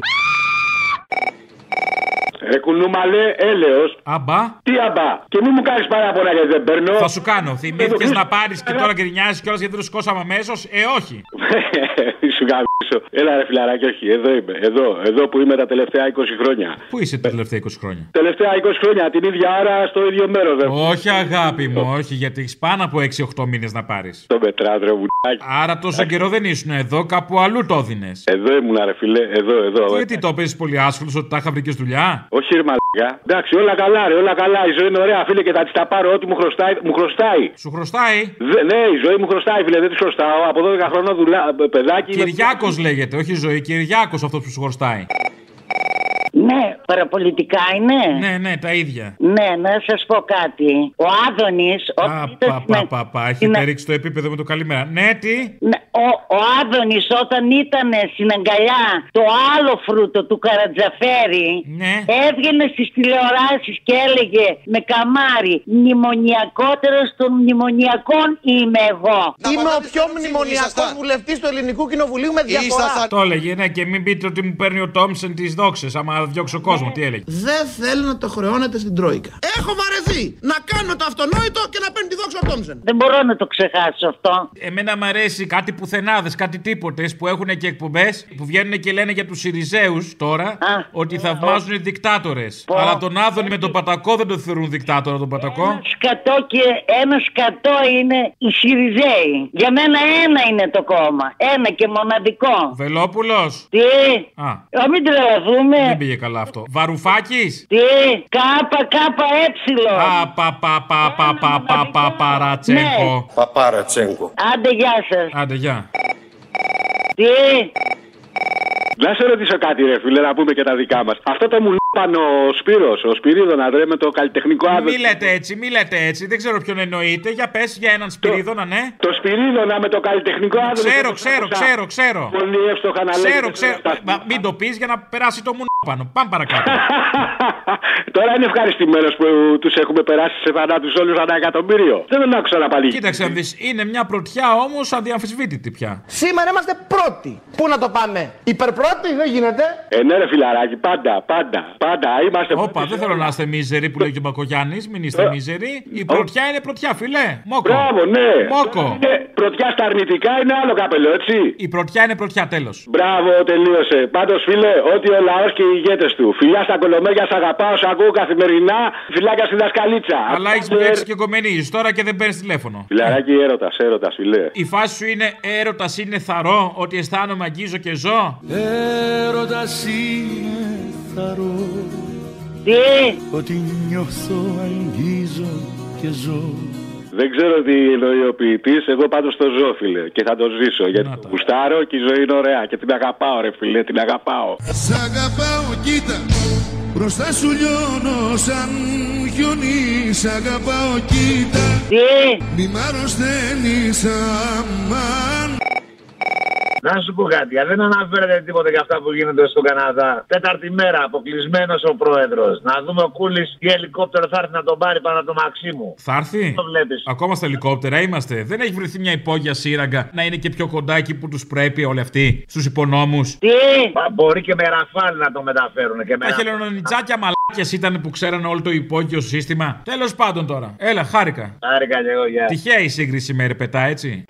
S1: Ρε κουνούμαλε, Ε, έλεος.
S2: Αμπά.
S1: Τι αμπά. Και μη μου κάνεις παράπονα γιατί δεν παίρνω.
S2: Θα σου κάνω.
S20: Ε,
S2: Θυμήθηκε να πάρεις και τώρα γκρινιάζει κιόλα γιατί δεν το σηκώσαμε αμέσως. Ε, όχι.
S1: Μη σου γαμίσω. Έλα ρε φιλαράκι, όχι. Εδώ είμαι. Εδώ, εδώ που είμαι τα τελευταία 20 χρόνια.
S2: Πού είσαι τα τελευταία 20 χρόνια.
S1: Τελευταία 20 χρόνια, την ίδια άρα στο ίδιο μέρος, δε.
S2: Όχι, αγάπη μου, όχι, γιατί έχεις πάνω από 6-8 μήνες να πάρεις.
S1: Το μετράς, ρε βουλάκι.
S2: Άρα τόσο καιρό δεν ήσουν εδώ, κάπου αλλού το έδινες.
S1: Εδώ ήμουν, ρε φιλέ, εδώ, εδώ.
S2: Γιατί το παίζει πολύ άσχολος ότι τα είχα βρει και στη δουλειά.
S1: Όχι, ρε μαλάκα. Εντάξει, όλα καλά, ρε, όλα καλά. Η ζωή είναι ωραία, φίλε, και θα της τα πάρω ό,τι μου χρωστάει. Μου χρωστάει.
S2: Σου χρωστάει.
S1: Δε, ναι, η ζωή μου χρωστάει, φίλε, δεν της χρωστάω. Από 12 χρόνια δουλά, παιδάκι. είμαι-
S2: Κυριάκος λέγεται, όχι ζωή, Κυριάκος αυτός που σου χωρστάει.
S23: Ναι, παραπολιτικά είναι.
S2: Ναι, ναι, τα ίδια.
S23: Ναι, να σας πω κάτι. Ο Άδωνης. Ναι.
S2: Παπα, παπα, έχετε ρίξει το επίπεδο με το καλημέρα. Ναι, τι.
S23: Ο, ο Άδωνης όταν ήταν στην αγκαλιά το άλλο φρούτο του Καρατζαφέρη έβγαινε στις τηλεοράσεις και έλεγε με καμάρι μνημονιακότερος των μνημονιακών είμαι εγώ.
S3: Είμαι ο πιο μνημονιακό βουλευτής του Ελληνικού Κοινοβουλίου με διαφορά.
S2: Το έλεγε, ναι, και μην πείτε ότι μου παίρνει ο Τόμσεν τις δόξες. Άμα διώξω
S23: Ναι.
S2: κόσμο, τι έλεγε.
S3: Δεν θέλω να το χρεώνετε στην Τρόικα. Έχω βαρεθεί να κάνω το αυτονόητο και να παίρνει τη δόξα ο Τόμσεν.
S23: Δεν μπορώ να το ξεχάσω αυτό.
S2: Εμένα μου αρέσει κάτι πουθενάδες, κάτι τίποτες που έχουν και εκπομπές που βγαίνουν και λένε για τους Σιριζέους τώρα ότι
S23: Ναι.
S2: θαυμάζουν δικτάτορε. Αλλά τον Άδωνη με τον Πατακό δεν το θεωρούν δικτάτορα τον Πατακό.
S23: Σκατό και ένα σκατό είναι οι Σιριζέοι. Για μένα ένα είναι το κόμμα. Ένα και μοναδικό.
S2: Βελόπουλος.
S23: Τι.
S2: Α.
S23: Ω, μην τρελαθούμε.
S2: Δεν πήγε καλά αυτό. Βαρουφάκης.
S23: Τι. Κάπα κάπα έψιλο.
S2: Παπαπαπαπαπαπαρατσέγκο.
S24: Παπαρατσέγκο.
S23: Ναι. Άντε γεια σας.
S2: Άντε, γεια.
S23: Τι.
S1: Να σε ρωτήσω κάτι, ρε φίλε, να πούμε και τα δικά μας. Αυτό το μου λείπαν ο Σπύρος, ο Σπυρίδωνα, ρε, με το καλλιτεχνικό άδελφο.
S2: Μη λέτε έτσι, μη λέτε έτσι. Δεν ξέρω ποιον εννοείτε. Για πες για έναν Σπυρίδωνα, ναι.
S1: Το Σπυρίδωνα με το καλλιτεχνικό άδελφο.
S2: Ξέρω, ξέρω, ξέρω, ξέρω.
S1: Πολύ εύστοχα να λέγεται
S2: Ξέρω,
S1: σε
S2: ξέρω.
S1: αυτά.
S2: Μα Μην το πεις για να περάσει το μουνό πάνω. Πάμε παρακάτω.
S1: Ε, Τώρα είναι ευχαριστημένος που τους έχουμε περάσει σε θανάτους όλους ένα εκατομμύριο. Δεν τον άκουσα να παλίγει.
S2: Κοίταξε να δεις, είναι μια πρωτιά όμως αδιαμφισβήτητη πια.
S3: Σήμερα είμαστε πρώτοι. Πού να το πάμε, υπερπρώτη, δεν γίνεται.
S1: Ε, ναι, ρε φιλαράκι, πάντα, πάντα, πάντα είμαστε.
S2: Όπα, δεν θέλω να είστε μίζεροι που λέει και ο Μπακογιάννης. Μην είστε μίζεροι. Η πρωτιά είναι πρωτιά, φιλέ. Μόκο.
S1: Μπράβο, ναι.
S2: Μόκο.
S1: Είναι πρωτιά στα αρνητικά είναι άλλο καπέλο, έτσι.
S2: Η πρωτιά είναι πρωτιά, τέλος.
S1: Μπράβο, τελείωσε. Πάντως, φίλε, ό,τι ο λαός και οι ηγέτες του. Φιλιά στα κολομέρια, σ' αγαπάω, σ' ακούω καθημερινά. Φιλάκια στη δασκαλίτσα.
S2: Αλλά έχει
S1: Άντε,
S2: μπλέξει και κομμενίζεις τώρα και δεν παίρνεις τηλέφωνο. Ε,
S1: Φιλαράκι, έρωτας, έρωτας, φιλέ.
S2: Η φάση σου είναι έρωτας είναι θαρό, ότι αισθάνομαι αγγίζω και ζω.
S13: Έρωτας είναι
S25: ξεκαθαρό
S23: Τι?
S25: Ότι νιώθω, αγγίζω και ζω
S1: Δεν ξέρω τι εννοεί ο ποιητής. Εγώ πάντως το ζω, φίλε. Και θα το ζήσω. Γιατί το γουστάρω και η ζωή είναι ωραία. Και την αγαπάω, ρε φίλε. Την αγαπάω.
S13: Σ' αγαπάω, κοίτα. Μπροστά σου λιώνω σαν χιονί. Σ' αγαπάω, κοίτα. Μη μ' αρρωσταίνεις, αμάν.
S26: Να σου πω κάτι, αν δεν αναφέρετε τίποτα για αυτά που γίνονται στον Καναδά. Τέταρτη μέρα, αποκλεισμένος ο πρόεδρος. Να δούμε ο Κούλης τι ελικόπτερο θα έρθει να τον πάρει πάνω από το Μαξίμου.
S2: Θα έρθει.
S26: Το βλέπεις.
S2: Ακόμα στα ελικόπτερα είμαστε. Δεν έχει βρεθεί μια υπόγεια σύραγγα να είναι και πιο κοντά εκεί που τους πρέπει όλοι αυτοί. Στους υπονόμους.
S26: Μα Μπορεί και με ραφάλ να το μεταφέρουν. Και με
S2: Τα
S26: ραφάλ.
S2: χελωνιτζάκια μαλάκια ήταν που ξέραν όλο το υπόγειο σύστημα. Τέλος πάντων τώρα. Έλα, χάρηκα.
S26: Χάρηκα και εγώ, γεια.
S2: Τυχαία η σύγκριση με ρεπετά, έτσι.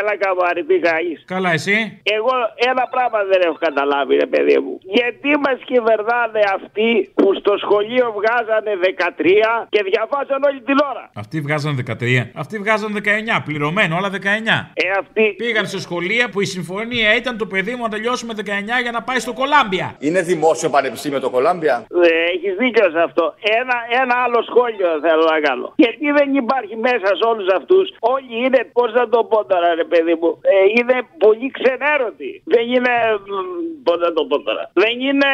S27: Έλα καμάρι, τι κάνεις.
S2: Καλά, εσύ.
S27: Εγώ ένα πράγμα δεν έχω καταλάβει, ρε παιδί μου. Γιατί μας κυβερνάνε αυτοί που στο σχολείο βγάζανε 13 και διαβάζαν όλη την ώρα.
S2: Αυτοί βγάζαν 13. Αυτοί βγάζαν 19. Πληρωμένο, όλα 19.
S27: Ε, αυτοί.
S2: Πήγαν σε σχολεία που η συμφωνία ήταν το παιδί μου να τελειώσουμε 19 για να πάει στο Κολάμπια.
S6: Είναι δημόσιο πανεπιστήμιο το Κολάμπια.
S27: Ε, Έχεις δίκιο σε αυτό. Ένα, ένα άλλο σχόλιο θέλω να κάνω. Γιατί δεν υπάρχει μέσα σε όλους αυτούς, όλοι είναι, πώς να το πω τώρα, ρε παιδί μου, ε, είναι πολύ ξενέρωτοι. Δεν είναι. Πώς να το πω τώρα. Δεν είναι.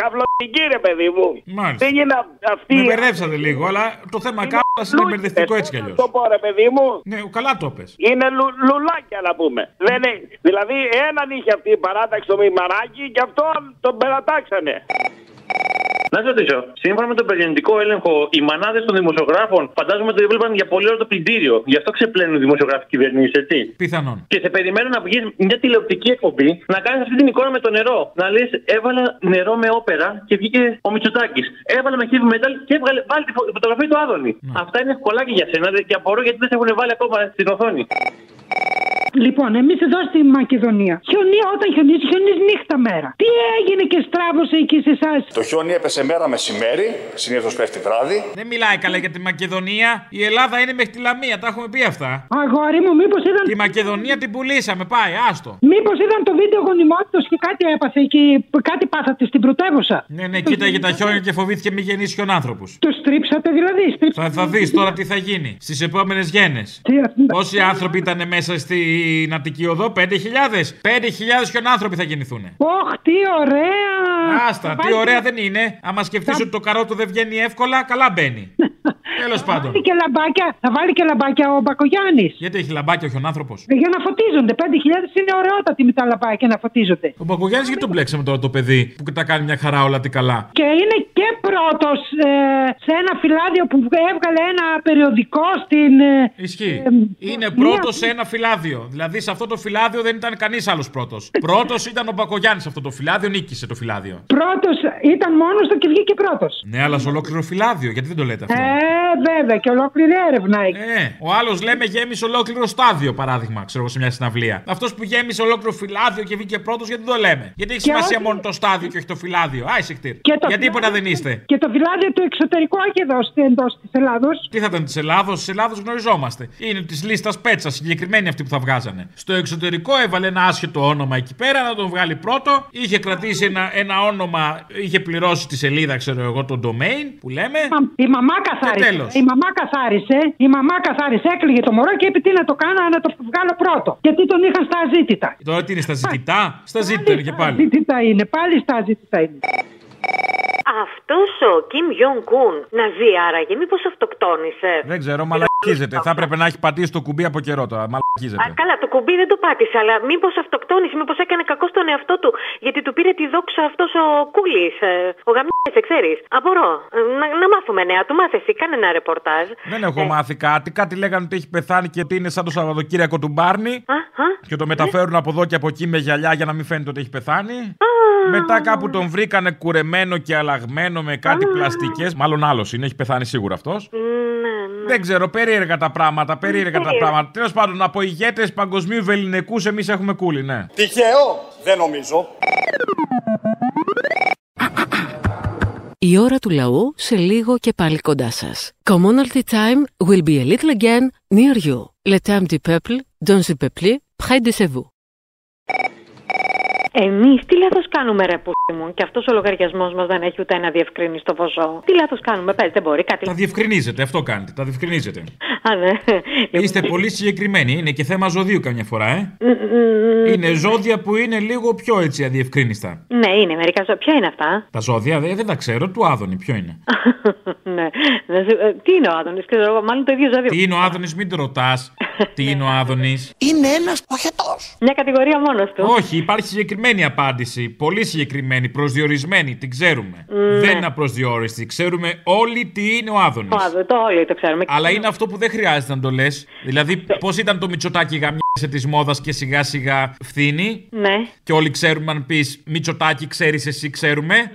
S27: Καυλωτικοί, ρε παιδί μου.
S2: Μάλιστα.
S27: Δεν είναι αυ- αυτοί.
S2: Με μπερδέψατε λίγο, αλλά το θέμα κάπου είναι μπερδευτικό έτσι κι αλλιώ.
S27: Το πω, ρε παιδί μου.
S2: Ναι, καλά το πες.
S27: Είναι λου, λουλάκια να πούμε. Δεν, έχει- δηλαδή, έναν είχε αυτή η παράταξη το μημαράκι και αυτόν τον περατάξανε.
S20: Να σε ρωτήσω, σύμφωνα με τον περιενικό έλεγχο, οι μανάδες των δημοσιογράφων φαντάζομαι ότι έβλεπαν για πολλή ώρα το πλυντήριο. Γι' αυτό ξεπλένουν οι δημοσιογράφοι κυβερνήσεις, έτσι.
S2: Πιθανόν.
S20: Και σε περιμένουν να βγει μια τηλεοπτική εκπομπή, να κάνεις αυτή την εικόνα με το νερό. Να λες, έβαλα νερό με όπερα και βγήκε ο Μητσοτάκης. Έβαλα με heavy metal και έβγαλε πάλι τη φω- τη φωτογραφία του Άδωνη. Αυτά είναι ευκολάκι για σένα δε- και απορώ γιατί δεν σε έχουν βάλει ακόμα στην οθόνη.
S28: Λοιπόν, εμείς εδώ στη Μακεδονία. Χιονί, όταν χιονίζει, χιονίζει νύχτα μέρα. Τι έγινε και στράβωσε εκεί σε εσάς.
S6: Το χιόνι έπεσε μέρα μεσημέρι, συνήθως πέφτει βράδυ.
S2: Δεν μιλάει καλά για τη Μακεδονία. Η Ελλάδα είναι μέχρι τη Λαμία, τα έχουμε πει αυτά.
S28: Αγόρι μου, μήπως ήταν.
S2: Τη Μακεδονία την πουλήσαμε, πάει, άστο.
S28: Μήπως ήταν το βίντεο γονιμότητας και κάτι έπαθε εκεί, κάτι πάθατε στην πρωτεύουσα.
S2: Ναι, ναι, κοίταγε τα χιόνια και φοβήθηκε μη γεννήσει χιονάνθρωπου.
S28: Το στρίψατε δηλαδή. Στρίψατε.
S2: Θα, θα δεις τώρα τι θα γίνει στις επόμενες γέννες. Πόσοι άνθρωποι ήταν μέσα στην Αττική Οδό, 5.000. 5.000 χιονάνθρωποι θα γεννηθούν.
S28: Όχ, τι ωραία!
S2: Άστα, τι ωραία δεν είναι. Άμα σκεφτείς ότι το καρότο δεν βγαίνει εύκολα, καλά μπαίνει. Τέλος πάντων.
S28: βάλει και λαμπάκια, θα βάλει και λαμπάκια ο Μπακογιάννης.
S2: Γιατί έχει λαμπάκια ο χιονάνθρωπο.
S28: Για να φωτίζονται. 5.000 είναι ωραιότατη με τα λαμπάκια να φωτίζονται.
S2: Ο Μπακογιάννης γιατί τον μπλέξαμε τώρα το παιδί που τα κάνει μια χαρά όλα τι καλά.
S28: Και είναι και πρώτος σε ένα φυλάδιο που έβγαλε ένα περιοδικό στην. ε,
S2: Ισχύει.
S28: ε,
S2: Είναι
S28: μία-
S2: πρώτος σε ένα φυλάδιο. Δηλαδή σε αυτό το φυλάδιο δεν ήταν κανείς άλλος πρώτος.
S28: Ε,
S2: Πρώτος ήταν ο Μπακογιάννης σε αυτό το φυλάδιο, νίκησε το φυλάδιο.
S28: Πρώτος ήταν μόνος του και βγήκε πρώτος.
S2: Ναι, αλλά σε ολόκληρο φυλάδιο, γιατί δεν το λέτε αυτό.
S28: Ε, βέβαια, και ολόκληρη έρευνα έχει.
S2: Ε, ο άλλος λέμε γέμισε ολόκληρο στάδιο, παράδειγμα, ξέρω εγώ σε μια συναυλία. Αυτός που γέμισε ολόκληρο φυλάδιο και βγήκε πρώτος, γιατί δεν το λέμε. Γιατί έχει
S28: Και
S2: σημασία
S28: όχι-
S2: μόνο το στάδιο και όχι το φυλάδιο. Άισεκτήρ.
S28: Και το
S2: Για τίποτα δεν είστε.
S28: Και το φυλάδιο του εξωτερικού έχει δώσει εντός της Ελλάδος.
S2: Τι θα ήταν της Ελλάδος, της Ελλάδος γνωριζόμαστε. Είναι της λίστας Πέτσα, συγκεκριμένη αυτή που θα βγάζανε. Στο εξωτερικό έβαλε ένα άσχετο όνομα εκεί πέρα να τον βγάλει πρώτο. Είχε κρατήσει ένα, ένα όνομα, είχε πληρώσει τη σελίδα, ξέρω εγώ, το domain που λέμε.
S28: Η μαμά
S2: Και
S28: καθάρισε.
S2: τέλος.
S28: Η μαμά καθάρισε. Η μαμά καθάρισε. Έκλειγε το μωρό και είπε τι να το κάνω, να το βγάλω πρώτο. Γιατί τον είχαν στα αζήτητα.
S2: Τώρα τι είναι, στα ζητητά, στα ζήτητα είναι και πάλι.
S28: Ζήτητα είναι, πάλι στα αζήτητα είναι.
S15: Αυτός ο Κιμ Γιον Κουν, να ζει άραγε, μήπως αυτοκτόνησε.
S2: Δεν ξέρω, μαλακίζεται. Θα έπρεπε να έχει πατήσει το κουμπί από καιρό τώρα. Μαλακίζεται.
S15: Α, καλά, το κουμπί δεν το πάτησε, αλλά μήπως αυτοκτόνησε, μήπως έκανε κακό στον εαυτό του, γιατί του πήρε τη δόξα αυτός ο Κούλης. ο γαμιέσαι, ξέρεις. Απορώ. Ε, να, να μάθουμε νέα του, μάθε εσύ, κάνε ένα ρεπορτάζ.
S2: Δεν έχω μάθει κάτι. Κάτι λέγανε ότι έχει πεθάνει και ότι είναι σαν το Σαββατοκύριακο του Μπάρνι. Και το μεταφέρουν από εδώ και από εκεί με γυαλιά για να μην φαίνεται ότι έχει πεθάνει. Μετά κάπου τον βρήκανε κουρεμένο και αλλαγμένο με κάτι πλαστικές. Μάλλον άλλος είναι, έχει πεθάνει σίγουρα αυτός. Δεν ξέρω, περίεργα τα πράγματα, περίεργα τα
S6: Περίεργα.
S2: πράγματα. Τέλος πάντων, από ηγέτες παγκοσμίου βεληνικούς, εμείς έχουμε κούλι, ναι.
S6: Τυχαίο, δεν νομίζω.
S29: Η ώρα του λαού σε λίγο και πάλι κοντά σας. Commonalty time will be a little again near you. Le temps du peuple, dans le peuple, près de chez vous.
S15: Εμείς τι λάθος κάνουμε, ρε που μου, και αυτός ο λογαριασμός μας δεν έχει ούτε ένα διευκρινιστό ποσό. Τι λάθος κάνουμε, πες, δεν μπορεί κάτι.
S2: Τα διευκρινίζετε, αυτό κάνετε. Τα διευκρινίζετε.
S15: Α, ναι.
S2: Είστε πολύ συγκεκριμένοι. Είναι και θέμα ζωδίου καμιά φορά, ε. Είναι ζώδια που είναι λίγο πιο έτσι αδιευκρίνιστα.
S15: Ναι, είναι μερικά ζώα. Ποια είναι αυτά.
S2: Τα ζώδια δε- δεν τα ξέρω, του Άδωνη ποιο είναι.
S15: ναι. Να σου- ε, Τι είναι ο Άδωνης, ξέρω εγώ, μάλλον το ίδιο ζώδιο.
S2: Τι είναι ο Άδωνης, μην ρωτάς. Τι
S15: Ναι.
S2: είναι ο Άδωνης.
S15: Είναι ένας παχετό. Μια κατηγορία μόνος του.
S2: Όχι, υπάρχει συγκεκριμένη απάντηση. Πολύ συγκεκριμένη, προσδιορισμένη, την ξέρουμε.
S15: Ναι.
S2: Δεν είναι απροσδιόριστη. Ξέρουμε όλοι τι είναι ο Άδωνης.
S15: Ο Άδωνης, το όλοι το ξέρουμε.
S2: Αλλά είναι αυτό που δεν χρειάζεται να το λες. Δηλαδή, πώς ήταν το Μητσοτάκι γαμιάσε της μόδας και σιγά σιγά φθήνει.
S15: Ναι.
S2: Και όλοι ξέρουμε αν πεις Μητσοτάκι, ξέρεις εσύ, ξέρουμε.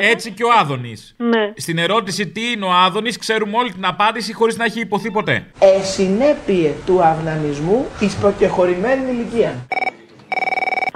S2: Έτσι και ο Άδωνης.
S15: Ναι.
S2: Στην ερώτηση τι είναι ο Άδωνης, ξέρουμε όλη την απάντηση χωρίς να έχει υποθεί ποτέ.
S3: Ε, συνέπειε του αυνανισμού της προκεχωρημένης ηλικίας.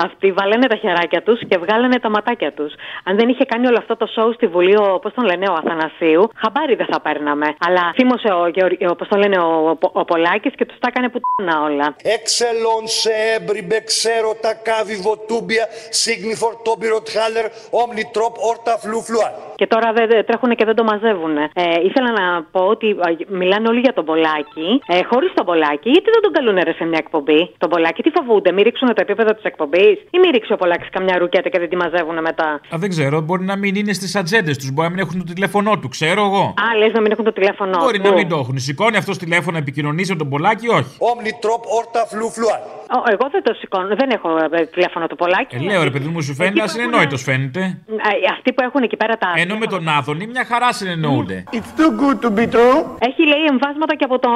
S15: Αυτοί βάλανε τα χεράκια τους και βγάλανε τα ματάκια τους. Αν δεν είχε κάνει όλο αυτό το σοου στη Βουλή, ο, πώς τον λένε, ο Αθανασίου, χαμπάρι δεν θα παίρναμε. Αλλά θύμωσε ο, Γεωργ- ο- πώς τον λένε, ο, ο, ο Πολάκης και τους τα έκανε που όλα.
S6: Εξελόν σε έμπριμπε, ξέρω τα κάβι βοτούμπια, σίγνηφορ τόμπιρο τχάλερ, όμνη τρόπ, όρτα φλουφλουά.
S15: Και τώρα δεν δεν τρέχουν και δεν το μαζεύουν. Ε, ήθελα να πω ότι α, μιλάνε όλοι για τον Πολάκη. Ε, Χωρίς τον Πολάκη, γιατί δεν τον καλούνε ρε σε μια εκπομπή. Τον Πολάκη τι φοβούνται, μη ρίξουν το επίπεδο της εκπομπής ή μη ρίξει ο Πολάκη καμιά ρουκέτα και δεν τη μαζεύουν μετά.
S2: Α, δεν ξέρω, μπορεί να μην είναι στις ατζέντες τους, μπορεί να μην έχουν το τηλέφωνό του, ξέρω εγώ.
S15: Α, λες να μην έχουν το τηλέφωνο.
S2: Μπορεί
S15: του.
S2: να μην το έχουν. Σηκώνει αυτός τηλέφωνο, επικοινωνήσει με τον Πολάκη, όχι.
S6: Όμνη τρόπ, όρτα φλουφλουά.
S15: Ω, εγώ δεν το σηκώνω. Δεν έχω ε, τηλέφωνο του Πολάκη.
S2: Ε, λέω ρε παιδί μου, σου φαίνεται ασυνενόητο φαίνεται.
S15: Ε, Αυτοί που έχουν εκεί πέρα τα.
S2: Ενώ με τον Άδωνη μια χαρά συνεννοούνται.
S15: It's too good to be true. Έχει λέει εμβάσματα και από το,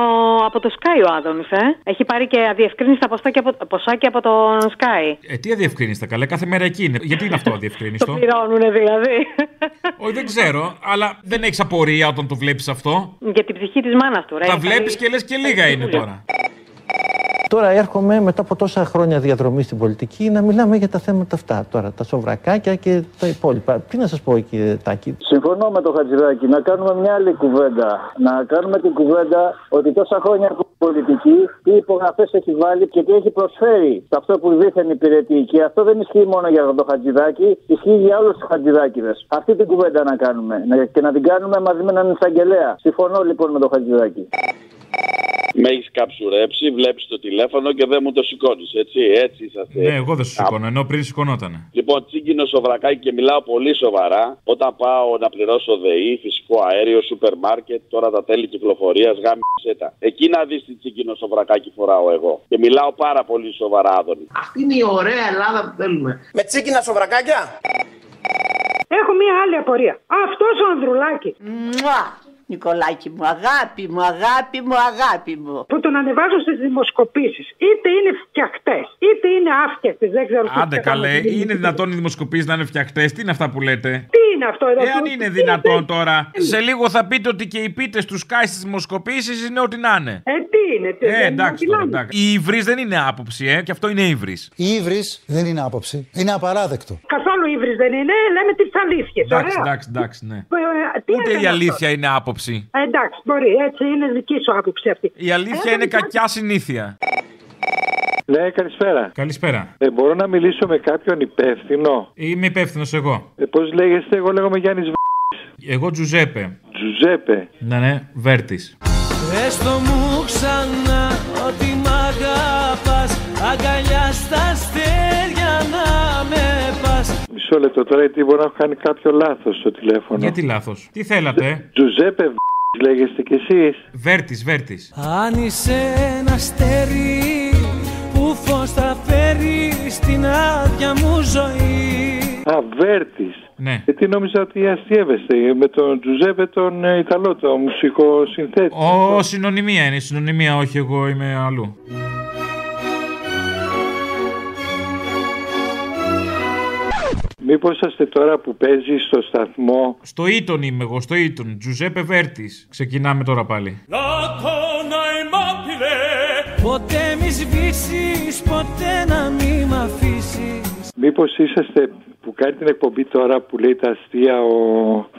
S15: από το Sky ο Άδωνης, ε. Έχει πάρει και αδιευκρίνηστα ποσά και από, ποσά και από τον Sky.
S2: Ε, τι αδιευκρίνιστα, καλέ, κάθε μέρα εκεί είναι. Γιατί είναι αυτό
S15: Το
S2: αδιευκρίνιστο.
S15: πληρώνουνε δηλαδή.
S2: Όχι, δεν ξέρω, αλλά δεν έχεις απορία όταν το βλέπεις αυτό.
S15: Για την ψυχή της μάνας του, ρε.
S2: Τα βλέπεις και λες και λίγα είναι τώρα.
S30: Τώρα έρχομαι μετά από τόσα χρόνια διαδρομή στην πολιτική να μιλάμε για τα θέματα αυτά τώρα, τα σοβρακάκια και τα υπόλοιπα. Τι να σας πω, κύριε Τάκη.
S1: Συμφωνώ με τον Χατζηδάκη. Να κάνουμε μια άλλη κουβέντα. Να κάνουμε την κουβέντα ότι τόσα χρόνια που η πολιτική, τι υπογραφές έχει βάλει και τι έχει προσφέρει σε αυτό που δίθεν υπηρετεί. Και αυτό δεν ισχύει μόνο για τον Χατζηδάκη, ισχύει για όλους τους Χατζηδάκηδες. Αυτή την κουβέντα να κάνουμε Να- και να την κάνουμε μαζί με έναν εισαγγελέα. Συμφωνώ λοιπόν με τον Χατζηδάκη.
S27: Με έχεις καψουρέψει, βλέπεις το τηλέφωνο και δεν μου το σηκώνεις. Έτσι, έτσι είσαστε.
S2: Ναι, εγώ δεν σου σηκώνω, ενώ πριν σηκωνότανε.
S27: Λοιπόν, τσίγκινο σοβρακάκι και μιλάω πολύ σοβαρά. Όταν πάω να πληρώσω ΔΕΗ, φυσικό αέριο, σούπερ μάρκετ, τώρα τα τέλη κυκλοφορίας, γάμισε τα. Εκεί να δεις τι τσίγκινο σοβρακάκι φοράω εγώ. Και μιλάω πάρα πολύ σοβαρά, Άδωνη.
S3: Αυτή είναι η ωραία Ελλάδα που θέλουμε. Με τσίκινα σοβρακάκια.
S28: Έχω μία άλλη απορία. Αυτός ο Ανδρουλάκη.
S31: Μουα! Νικολάκη μου, αγάπη μου, αγάπη μου, αγάπη μου.
S28: Που τον ανεβάζω στις δημοσκοπήσεις. Είτε είναι φτιαχτές, είτε είναι άφτιαχτες. Δεν ξέρω τι
S2: Άντε
S28: θα
S2: καλέ,
S28: κάνουμε.
S2: είναι δυνατόν οι δημοσκοπήσεις να είναι φτιαχτές. Τι είναι αυτά που λέτε.
S28: Τι είναι αυτό εδώ.
S2: Εάν είναι δυνατόν τώρα, σε λίγο θα πείτε ότι και οι πίτες του Σκάι στις δημοσκοπήσεις είναι ό,τι να είναι.
S28: Ε, τι είναι, τι
S2: Ε, εντάξει τώρα, εντάξει. Η υβρής δεν είναι άποψη, ε, και αυτό είναι υβρής.
S32: Η ύβρι δεν είναι άποψη. Είναι απαράδεκτο.
S28: Καθόλου ύβρις δεν είναι, Ε, λέμε τις αλήθειες.
S2: Εντάξει, εντάξει, εντάξει, ναι.
S28: Ε, Τι
S2: Ούτε η
S28: έκανε
S2: αλήθεια είναι άποψη.
S28: αυτό? Ε, Εντάξει, μπορεί, έτσι είναι δική σου άποψη αυτή.
S2: Η αλήθεια είναι κακιά συνήθεια.
S21: Ναι, καλησπέρα.
S2: Καλησπέρα.
S21: Ε, μπορώ να μιλήσω με κάποιον υπεύθυνο.
S2: Είμαι υπεύθυνος εγώ.
S21: Ε, Πώς λέγεστε, εγώ λέγομαι Γιάννης Β.
S2: Εγώ Τζουζέπε.
S21: Τζουζέπε.
S2: Ναι, ναι, Βέρτης.
S21: Πες το μου ξανά ότι μ' αγαπάς Αγκαλιάς στα αστέρια να με πας Μισό λεπτό τώρα, γιατί μπορώ να έχω κάνει κάποιο λάθος στο τηλέφωνο.
S2: Γιατί λάθος. Τι θέλατε, ε?
S21: Τζουζέπε Β. Λέγεστε κι εσείς.
S2: Βέρτης, Βέρτης.
S21: Αν είσαι ένα αστέρι που φως θα φέρει στην άδεια μου ζωή Α, Βέρτης.
S2: Ναι.
S21: Γιατί νόμιζα ότι αστείευεστε ε, με τον Τζουζέπε τον ε, Ιταλό, τον μουσικοσυνθέτη.
S2: Ω, συνωνυμία είναι. Συνωνυμία, όχι εγώ είμαι αλλού.
S21: Μήπως είστε τώρα που παίζει στο σταθμό
S2: Στο Ήτον είμαι εγώ, στο Ήτον. Τζουζέπε Βέρτης. Ξεκινάμε τώρα πάλι.
S21: Λάτω να ημάπηλε Ποτέ μη σβήσεις, ποτέ να μη μ' αφήσεις Μήπως είσαστε που κάνει την εκπομπή τώρα που λέει τα αστεία ο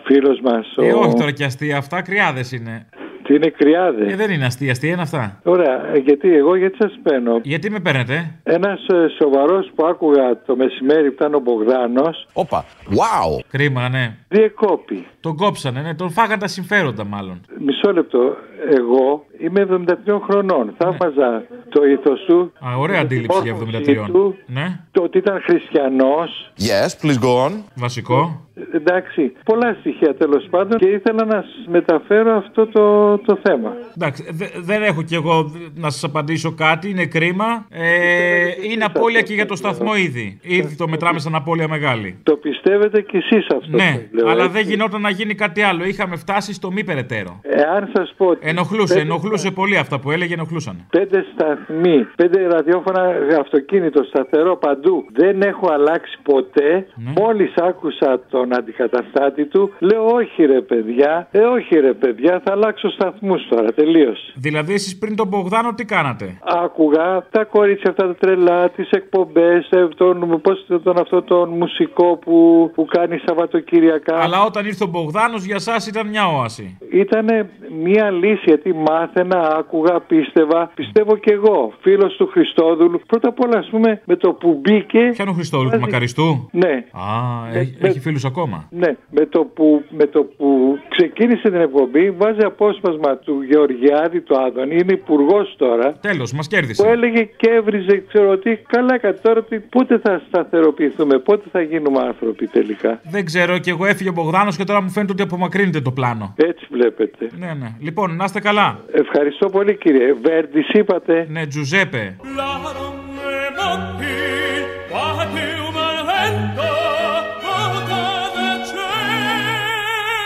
S21: φίλος μας ο...
S2: Ε, όχι τώρα και αστεία, αυτά κρυάδες είναι.
S21: Τι Και είναι κρυάδες.
S2: Ε, δεν είναι αστεία, αστεία είναι αυτά.
S21: Ωραία, ε, γιατί εγώ γιατί σας παίρνω.
S2: Γιατί με παίρνετε.
S21: Ένας σοβαρός που άκουγα το μεσημέρι που ήταν ο Μπογδάνος.
S2: Όπα. Wow. Κρίμα, ναι.
S21: Διεκόπη.
S2: Τον κόψανε, ναι. Τον φάγανε τα συμφέροντα, μάλλον.
S21: Μισό λεπτό. Εγώ είμαι 73 χρονών. Θαύμαζα το ήθος του.
S2: Ναι. Α, ωραία
S21: την
S2: αντίληψη για
S21: όρκωσή
S2: 73.
S21: του,
S2: Ναι.
S21: Το ότι ήταν χριστιανός.
S2: Yes, please go on. Βασικό.
S21: Εντάξει, πολλά στοιχεία τέλος πάντων και ήθελα να σας μεταφέρω αυτό το, το θέμα.
S2: Εντάξει, δε- δεν έχω κι εγώ να σας απαντήσω κάτι, είναι κρίμα. Ε, είναι απώλεια και για το σταθμό ήδη. Ήδη το μετράμε σαν απώλεια μεγάλη.
S21: Το πιστεύετε κι εσείς αυτό.
S2: Ναι,
S21: που λέω, ε?
S2: αλλά
S21: έτσι.
S2: δεν γινόταν να γίνει κάτι άλλο. Είχαμε φτάσει στο μη περαιτέρω.
S21: Εάν σας πω ότι.
S2: Ενοχλούσε,
S21: πέντε-
S2: ενοχλούσε πολύ αυτά που έλεγε, ενοχλούσαν.
S21: Πέντε σταθμοί, πέντε ραδιόφωνα αυτοκίνητο σταθερό παντού. Δεν έχω αλλάξει ποτέ.
S2: Ναι.
S21: Μόλις άκουσα τον αντικαταστάτη του, λέω όχι ρε παιδιά, ε όχι ρε παιδιά, θα αλλάξω σταθμούς τώρα, τελείως.
S2: Δηλαδή, εσείς πριν τον Μπογδάνο τι κάνατε.
S21: Άκουγα τα κορίτσια αυτά τα τρελά, τις εκπομπές, ε, τον, πώς, τον, αυτό τον μουσικό που, που κάνει Σαββατοκυριακά.
S2: Αλλά όταν ήρθε ο Μπογδάνος, για εσά ήταν μια όαση.
S21: Ήτανε μία λύση γιατί μάθαινα, άκουγα, πίστευα. Πιστεύω και εγώ, φίλος του Χριστόδουλου. Πρώτα απ' όλα, ας πούμε, με το που μπήκε.
S2: Ποια είναι ο Χριστόδουλου του Μακαριστού.
S21: Ναι.
S2: Α, έχει, έχει φίλους ακόμα.
S21: Ναι, με το, που, με το που ξεκίνησε την εκπομπή, βάζει απόσπασμα του Γεωργιάδη του Άδωνη, είναι υπουργός τώρα.
S2: Τέλος, μας
S21: Που
S2: κέρδισε.
S21: έλεγε και έβριζε, ξέρω τι, καλά κάτι τώρα, τι- πότε θα σταθεροποιηθούμε, πότε θα γίνουμε άνθρωποι τελικά.
S2: Δεν ξέρω, και εγώ έφυγε ο Μπογδάνο και τώρα μου φαίνεται ότι απομακρύνεται το πλάνο.
S21: Έτσι βλέπετε.
S2: Ναι, ναι. Λοιπόν, να είστε καλά.
S21: Ευχαριστώ πολύ κύριε. Βέρντι είπατε.
S2: Ναι, Τζουζέπε.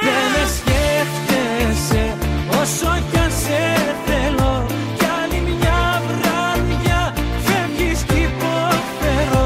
S13: Δεν με σκέφτεσαι όσο κι αν σε θέλω Κι άλλη μια βραδιά φεύγεις κι υποφέρω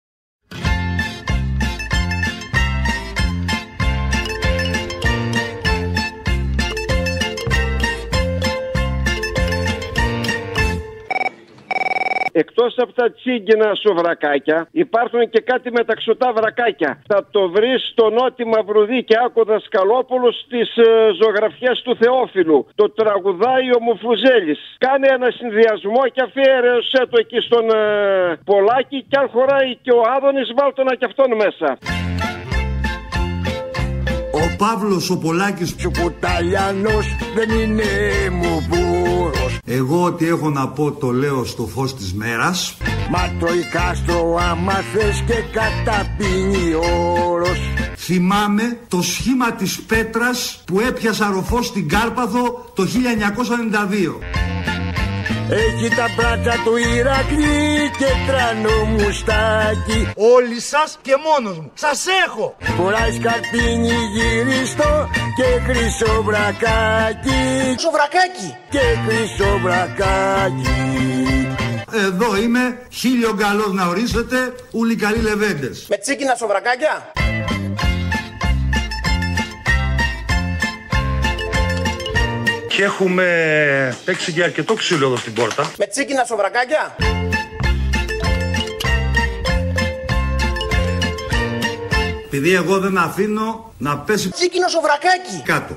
S1: Εκτός από τα τσίγκινα σοβρακάκια, υπάρχουν και κάτι μεταξωτά βρακάκια. Θα το βρεις στο νότι Μαυρουδί και Άκο Δασκαλόπουλος στις ε, ζωγραφιές του Θεόφιλου. Το τραγουδάει ο Μουφουζέλης. Κάνε ένα συνδυασμό και αφιέρωσέ το εκεί στον ε, Πολάκη. Και αν χωράει και ο Άδωνης, βάλτονα και αυτόν μέσα.
S9: Ο Παύλος ο Πολάκης Ο Πουταλιανός δεν είναι μου βούρος Εγώ ό,τι έχω να πω το λέω στο φως της μέρας Μα τρώει κάστρο άμα θες και καταπίνει όρος Θυμάμαι το σχήμα της πέτρας που έπιασα ροφό στην Κάρπαθο το 1992 έχει τα μπράτσα του Ηρακλή και τρανό μουστάκι Όλοι σας και μόνος μου, σας έχω Φοράει σκαρπίνι γυριστό και χρυσό βρακάκι Χρυσό βρακάκι Και χρυσό βρακάκι Εδώ είμαι, χίλιο καλό να ορίσετε, ούλοι καλοί λεβέντες
S18: Με τσίκινα σοβρακάκια.
S1: Και έχουμε παίξει και αρκετό ξύλο εδώ στην πόρτα.
S18: Με τσίκινα σοβρακάκια.
S9: Επειδή εγώ δεν αφήνω να πέσει
S18: Τσίκινο σοβρακάκι.
S9: κάτω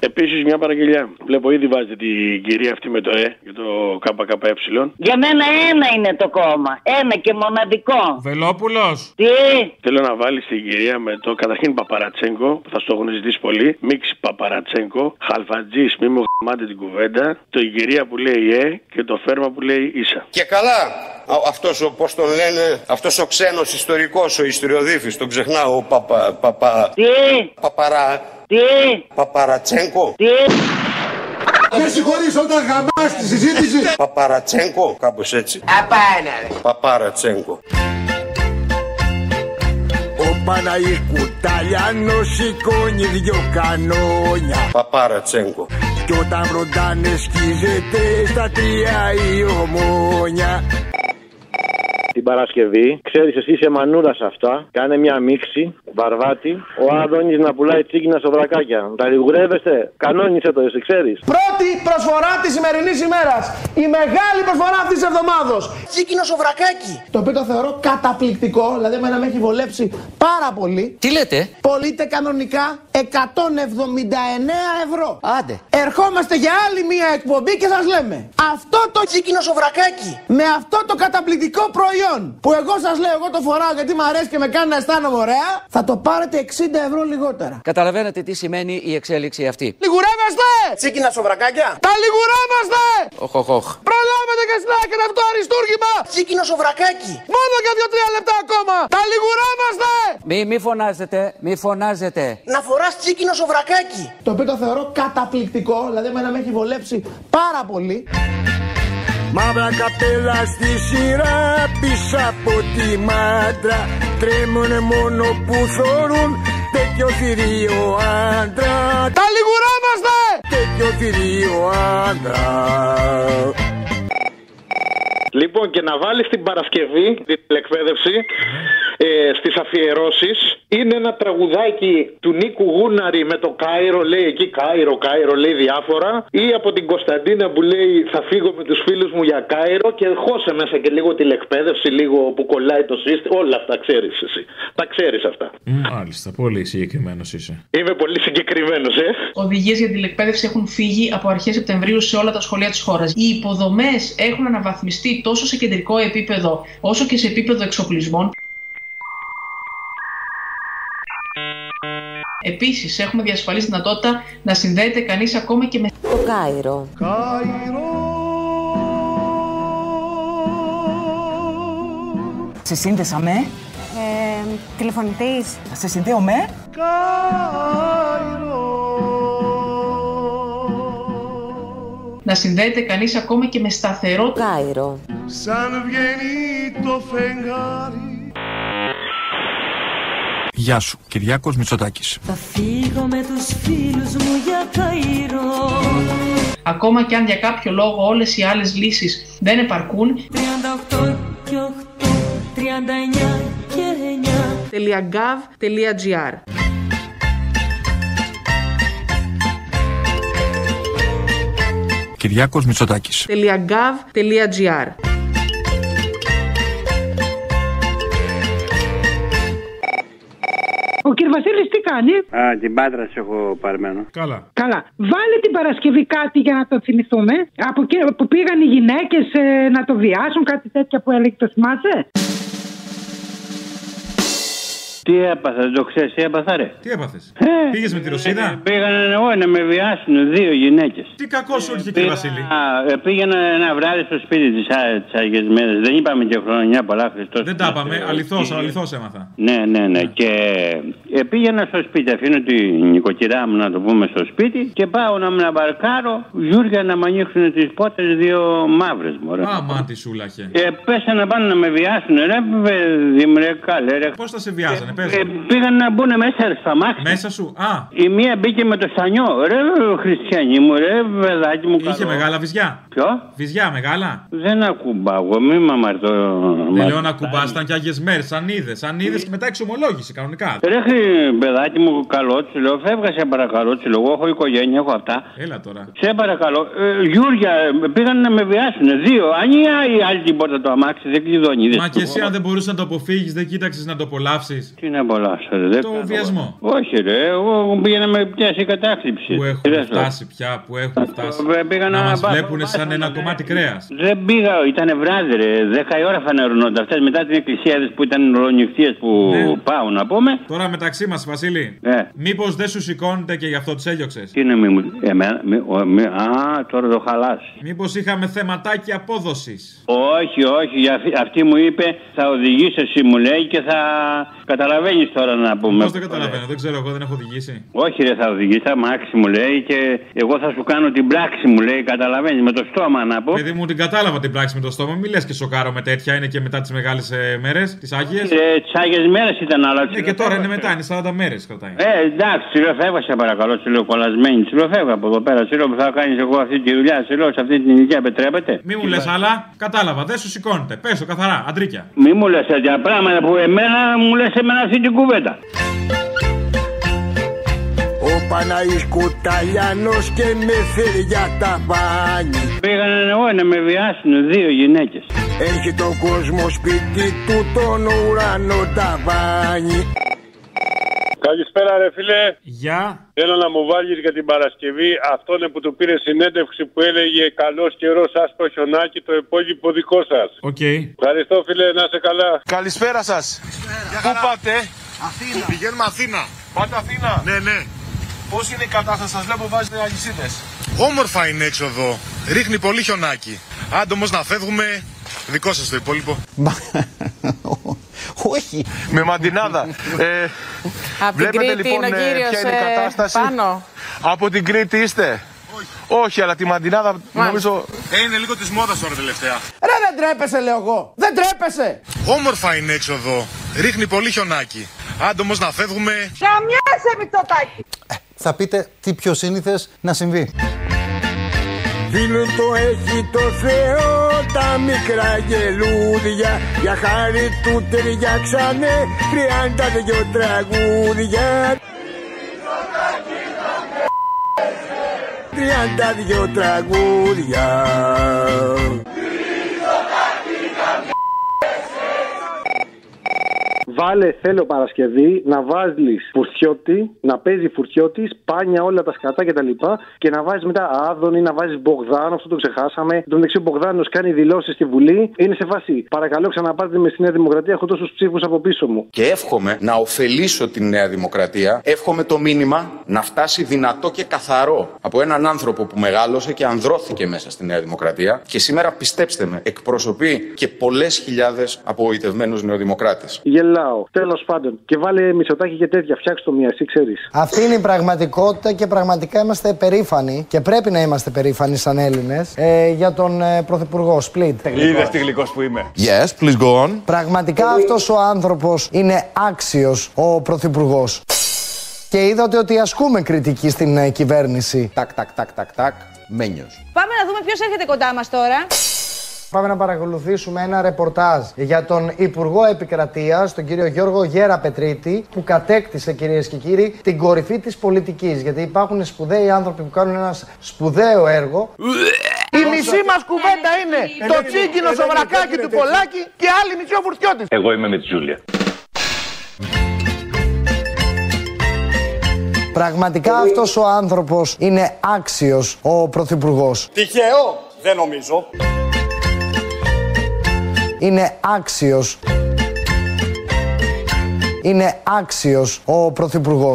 S1: Επίσης, μια παραγγελιά. Βλέπω ήδη βάζετε την κυρία αυτή με το Ε για το ΚΚΕ.
S19: Για μένα ένα είναι το κόμμα. Ένα και μοναδικό.
S2: Βελόπουλος.
S19: Τι,
S1: Θέλω να βάλεις την κυρία με το καταρχήν Παπαρατσέγκο, που θα στο έχουν ζητήσει πολύ. Μίξ Παπαρατσέγκο, Χαλφατζής, μη μου γαμάτε την κουβέντα. Το η κυρία που λέει Ε και το φέρμα που λέει Ίσα.
S20: Και καλά, α- αυτός ο, πώς τον λένε, αυτός ο ξένος ιστορικός, ο ιστοριοδίφης, τον ξεχνάω, ο παπα, παπα... Τι? Παπαρα... Τι? Παπαρατσέγκο. Τι?
S18: Με συγχωρείς όταν γαμπάς τη συζήτηση.
S20: Παπαρατσέγκο, κάπως έτσι.
S18: Απάνα ρε.
S20: Παπαρατσέγκο.
S9: Ο Παναγικού Ταλιανός σηκώνει δυο κανόνια
S20: Παπαρατσέγκο.
S9: Κι όταν βροντάνε σκίζεται στα τρία η ομόνια
S33: την Παρασκευή. Ξέρεις, εσύ είσαι μανούλα σε αυτά. Κάνε μια μίξη, βαρβάτη. Ο Άδωνης να πουλάει τσίγκινα στο βρακάκια. Τα λιγουρεύεστε. Κανόνισε το, εσύ ξέρεις.
S3: Πρώτη προσφορά της σημερινής ημέρας. Η μεγάλη προσφορά αυτής της εβδομάδα. Τσίκινο σοβρακάκι. Το οποίο το θεωρώ καταπληκτικό, δηλαδή εμένα με έχει βολέψει πάρα πολύ. Τι λέτε? Πωλείται κανονικά 179 ευρώ. Άντε. Ερχόμαστε για άλλη μία εκπομπή και σας λέμε. Αυτό το τσίκινο σοβρακάκι. Με αυτό το καταπληκτικό προϊόν που εγώ σας λέω, εγώ το φοράω γιατί μου αρέσει και με κάνει να αισθάνομαι ωραία. Θα το πάρετε 60 ευρώ λιγότερα.
S10: Καταλαβαίνετε τι σημαίνει η εξέλιξη αυτή.
S3: Λιγουρεύεστε! Τσίκινα σοβρακάκια! Τα λιγουρεύεστε!
S10: Οχ, οχ, οχ.
S3: Προλάβετε και σνάκετε αυτό το αριστούργημα! Τσίκινο σοβρακάκι! Μόνο για δύο-τρία λεπτά ακόμα! Τα λιγουρεύεστε!
S10: Μη, μη φωνάζετε, μη φωνάζετε.
S3: Να φοράς τσίκινο σοβρακάκι! Το οποίο το θεωρώ καταπληκτικό, δηλαδή εμένα με έχει βολέψει πάρα πολύ.
S9: Μαύρα καπέλα στη σειρά πίσω από τη μάντρα Τρέμουνε μόνο που θωρούν τέτοιο θηρίο άντρα
S3: Τα λιγουράμαστε!
S9: Τέτοιο θηρίο άντρα
S1: Λοιπόν, και να βάλεις την Παρασκευή, την εκπαίδευση, ε, στις αφιερώσεις. Είναι ένα τραγουδάκι του Νίκου Γούναρη με το Κάιρο, λέει εκεί Κάιρο, Κάιρο, λέει διάφορα. Ή από την Κωνσταντίνα που λέει Θα φύγω με τους φίλους μου για Κάιρο και χώσε μέσα και λίγο τηλεκπαίδευση, λίγο που κολλάει το σύστημα. Όλα αυτά ξέρεις εσύ. Τα ξέρεις αυτά.
S2: Μάλιστα, πολύ συγκεκριμένος είσαι.
S1: Είμαι πολύ συγκεκριμένος, ε.
S19: Οδηγίες για τηλεκπαίδευση έχουν φύγει από αρχές Σεπτεμβρίου σε όλα τα σχολεία της χώρας. Οι υποδομές έχουν αναβαθμιστεί τόσο σε κεντρικό επίπεδο όσο και σε επίπεδο εξοπλισμών. Επίσης, έχουμε διασφαλίσει τη δυνατότητα να συνδέεται κανείς ακόμα και με το Κάιρο.
S23: Σε σύνδεσα με.
S15: Ε, τηλεφωνητής.
S23: Σε συνδέω με.
S19: Να συνδέεται κανείς ακόμα και με σταθερό Κάιρο.
S9: Σαν βγαίνει το φεγγάρι
S34: Γεια σου, Κυριάκος Μητσοτάκης.
S13: Θα φύγω με τους φίλους μου για Καϊρό
S19: Ακόμα και αν για κάποιο λόγο όλες οι άλλες λύσεις δεν επαρκούν
S13: 38 και 8, 39 και 9
S19: .gov.gr
S34: Κυριάκος Μητσοτάκης.
S19: .gov.gr
S28: Ο κ. Βασίλης τι κάνει.
S35: Α, την Πάτρα σε έχω παρμένο.
S2: Καλά.
S28: Καλά. Βάλε την Παρασκευή κάτι για να το θυμηθούμε. Από εκεί που πήγαν οι γυναίκες να το βιάσουν, κάτι τέτοια που έλεγε, το θυμάσαι.
S35: Τι έπαθα, δεν το ξέρεις, τι έπαθα, ρε.
S2: Τι έπαθες. Πήγες με τη Ρωσίδα.
S35: Πήγανε εγώ να με βιάσουν δύο γυναίκες.
S2: Τι κακός σου έρχεται,
S35: Ε,
S2: κύριε Βασίλη.
S35: Πήγαινα ένα βράδυ στο σπίτι της τι άγιε μέρε. Δεν είπαμε και χρονιά πολλά, Χριστός.
S2: Δεν τα είπαμε. Αληθώς, αληθώς έμαθα.
S35: Ναι, ναι, ναι. Και ε, πήγαινα στο σπίτι, αφήνω τη νοικοκυρά μου να το πούμε στο σπίτι και πάω να μου να μπαρκάρω γιούρια να μ' ανοίξουν τις πότε δύο μαύρες μωρέ.
S2: Α, μα τη σούλαχε.
S35: Ε, πέσανε να πάνε να με βιάσουν, ρε, παιδί μου, ρε, καλέ, ρε.
S2: Πώς θα σε βιάζανε, πες.
S35: Ε, πήγαν να μπουν μέσα στα μάξι.
S2: Μέσα σου, α.
S35: Η μία μπήκε με το στανιό. Ρε, Χριστιανή μου, ρε, παιδάκι μου.
S2: Είχε
S35: καλό.
S2: μεγάλα βυζιά.
S35: Ποιο?
S2: Βυζιά μεγάλα.
S35: Δεν ακουμπάω, εγώ, μη μαμαρτώ. Ναι.
S2: Δεν λέω να κουμπάς, ήταν και άγιες μέρε, αν είδε. Αν είδες και μετά εξομολόγησε κανονικά.
S35: Ρε, χι, παιδάκι μου, καλό τη λέω, φεύγα σε παρακαλώ τη λέω. Εγώ έχω οικογένεια, έχω αυτά.
S2: Έλα τώρα.
S35: Σε παρακαλώ, ε, Γιούρια, ε, πήγαν να με βιάσουν. Δύο, αν η άλλη την πόρτα το αμάξι, δεν κλειδώνει. είδες.
S2: Μα και εσύ αν δεν μπορούσες να το αποφύγεις, δεν κοίταξες να το απολαύσεις.
S35: Τι να απολαύσω, ρε, δεν
S2: Το
S35: κάνω.
S2: βιασμό.
S35: Όχι, ρε, εγώ πήγα να με πιάσει η κατάθλιψη.
S2: Που
S35: Δεν
S2: έχουμε
S35: σου-
S2: φτάσει πια, που έχουμε φτάσει.
S35: Ε, πήγα
S2: Να
S35: να
S2: μας
S35: πάω-
S2: βλέπουν σαν
S35: ναι.
S2: ένα κομμάτι κρέας.
S35: Δεν πήγα, ήταν βράδυ, ρε. Δέκα η ώρα φανερωνόνται αυτές. Μετά την εκκλησία δες, που ήταν ρολονυχτίε που
S2: Ναι.
S35: πάω να πούμε.
S2: Τώρα μεταξύ μας, Βασίλη,
S35: Ε,
S2: μήπως δεν σου σηκώνεται και γι' αυτό του έδιωξε.
S35: τι είναι μη μου. Εμένα, μη, ο, μη, α, τώρα το χαλάς.
S2: Μήπως είχαμε θεματάκι απόδοσης.
S35: Όχι, όχι, για αυτή- αυτή μου είπε θα οδηγήσει εσύ μου λέει και θα καταλάβεις καταλαβαίνεις τώρα να πούμε.
S2: Πώς το καταλαβαίνω, δεν ξέρω, εγώ δεν έχω οδηγήσει.
S35: Όχι, ρε, θα οδηγήσει, αμάξι μου λέει και εγώ θα σου κάνω την πράξη μου λέει. Καταλαβαίνεις με το στόμα να πω.
S2: Παιδί μου την κατάλαβα την πράξη με το στόμα, μη λες και σοκάρω με τέτοια, είναι και μετά τις μεγάλες μέρες, τις άγιες.
S35: Ε, τις άγιες μέρες ήταν, αλλά.
S2: Ναι, και τώρα είναι μετά, είναι 40 μέρες κρατάει.
S35: Ε, εντάξει, τσιλοφεύγα σε παρακαλώ, τσιλοκολλασμένη. Τσιλοφεύγα από εδώ πέρα. Τσιλό που θα κάνεις εγώ αυτή τη δουλειά, τσιλό σε αυτή την ηλικία επιτρέπεται.
S2: Μη μου λες άλλα, κατάλαβα, δεν σου σηκώνεται. Πε το καθαρά, αντρίκια.
S35: Μη μου λες τέτοια πράγματα που εμένα μου λες εμένα αυτή την κουβέντα.
S9: Ο Παναής Κουταλιανός και με φέρει για τα μπάνι
S35: Πήγανε εγώ να με βιάσουν δύο γυναίκες.
S9: Έχει το κόσμο σπίτι του τον ουρανό ταβάνι
S36: Καλησπέρα ρε φίλε.
S2: Γεια.
S36: Θέλω να μου βάλεις για την Παρασκευή αυτόν που του πήρε συνέντευξη που έλεγε «Καλός καιρός, άσπρο χιονάκι, το υπόλοιπο δικό σας».
S2: Οκ.
S36: Ευχαριστώ φίλε, να είσαι καλά.
S22: Καλησπέρα σας. Πού πάτε? Αθήνα. Πηγαίνουμε Αθήνα. Πάτε Αθήνα. Ναι, ναι. Πώς είναι η κατάσταση, σας βλέπω βάζετε αλυσίδες. Όμορφα είναι έξω εδώ. Ρίχνει πολύ χιονάκι. Άντε όμως να φεύγουμε. Δικό σας το υπόλοιπο. Όχι. Με μαντινάδα. ε,
S13: Απ' την
S22: βλέπετε
S13: Κρήτη
S22: λοιπόν
S13: είναι ο
S22: ε,
S13: κύριος,
S22: ποια είναι η
S13: ε,
S22: κατάσταση.
S13: πάνω.
S22: Από την Κρήτη είστε. Όχι. αλλά τη μαντινάδα νομίζω... Ε, είναι λίγο της μόδας τώρα τελευταία.
S3: Ρε δεν τρέπεσαι λέω εγώ. Δεν τρέπεσαι.
S22: Όμορφα είναι έξω εδώ. Ρίχνει πολύ χιονάκι. Άντε όμως να φεύγουμε.
S37: Καμιά σε μυτσοτάκι.
S11: Θα πείτε τι πιο σύνηθες να συμβεί.
S9: Φίλου το έχει το Θεό τα μικρά γελούδια Για χάρη του ταιριάξανε τριάντα δυο τραγούδια Τριάντα δυο τραγούδια
S1: Βάλε, θέλω Παρασκευή, να βάζεις φουρτιώτη, να παίζει φουρτιώτη, σπάνια όλα τα σκατά κτλ. Και, τα λοιπά, και να βάζεις μετά Άδωνη, να βάζεις Μπογδάνο, αυτό το ξεχάσαμε. Εν τω μεταξύ ο Μπογδάνος κάνει δηλώσεις στη Βουλή. Είναι σε βάση. Παρακαλώ, ξαναπάρτε με στη Νέα Δημοκρατία, έχω τόσους ψήφους από πίσω μου.
S14: Και εύχομαι να ωφελήσω τη Νέα Δημοκρατία. Εύχομαι το μήνυμα να φτάσει δυνατό και καθαρό από έναν άνθρωπο που μεγάλωσε και ανδρώθηκε μέσα στη Νέα Δημοκρατία. Και σήμερα, πιστέψτε με, εκπροσωπεί και πολλές χιλιάδες απογοητευμένου νεοδημοκράτες.
S1: Γελάω. Τέλος πάντων. Και βάλε μισοτάκι και τέτοια. Φτιάξτε το μία, εσύ ξέρεις.
S11: Αυτή είναι η πραγματικότητα και πραγματικά είμαστε περήφανοι και πρέπει να είμαστε περήφανοι σαν Έλληνες ε, για τον ε, Πρωθυπουργό Σπλίτ.
S22: Είδες τι γλυκός που είμαι.
S14: Yes, please go on.
S11: Πραγματικά αυτός ο άνθρωπος είναι άξιος ο Πρωθυπουργός. Και είδατε ότι ασκούμε κριτική στην ε, κυβέρνηση. Τακ, τακ, τακ, τακ, τακ. Μένιος.
S13: Πάμε να δούμε ποιος έρχεται κοντά μας τώρα.
S11: Πάμε να παρακολουθήσουμε ένα ρεπορτάζ για τον Υπουργό Επικρατείας, τον κύριο Γιώργο Γέρα Πετρίτη, που κατέκτησε κυρίες και κύριοι την κορυφή της πολιτικής. Γιατί υπάρχουν σπουδαίοι άνθρωποι που κάνουν ένα σπουδαίο έργο.
S3: Η μισή μας κουβέντα είναι το
S11: Ελένη,
S3: τσίγκινο
S11: Ελένη,
S3: σοβρακάκι
S11: δεν
S3: του
S11: γίνεται
S3: Πολάκη και άλλη μισή ο Φουρτιώτης.
S11: Εγώ είμαι με τη Ζούλια. Πραγματικά αυτός ο άνθρωπος είναι άξιος ο Πρωθυπουργός.
S1: Τυχαίο, δεν νομίζω.
S11: Είναι άξιος. Είναι άξιος ο Πρωθυπουργός.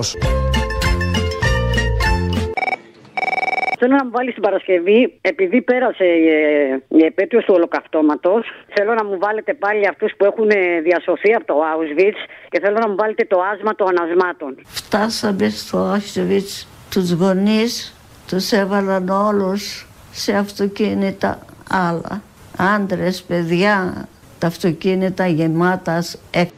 S38: Θέλω να μου βάλεις την Παρασκευή, επειδή πέρασε ε, η επέτειος του Ολοκαυτώματος, θέλω να μου βάλετε πάλι αυτούς που έχουν ε, διασωθεί από το Auschwitz και θέλω να μου βάλετε το άσμα των ανασμάτων.
S14: Φτάσαμε στο Auschwitz, τους γονείς τους έβαλαν όλους σε αυτοκίνητα άλλα. Άντρες, παιδιά, τα αυτοκίνητα γεμάτα ε, σ-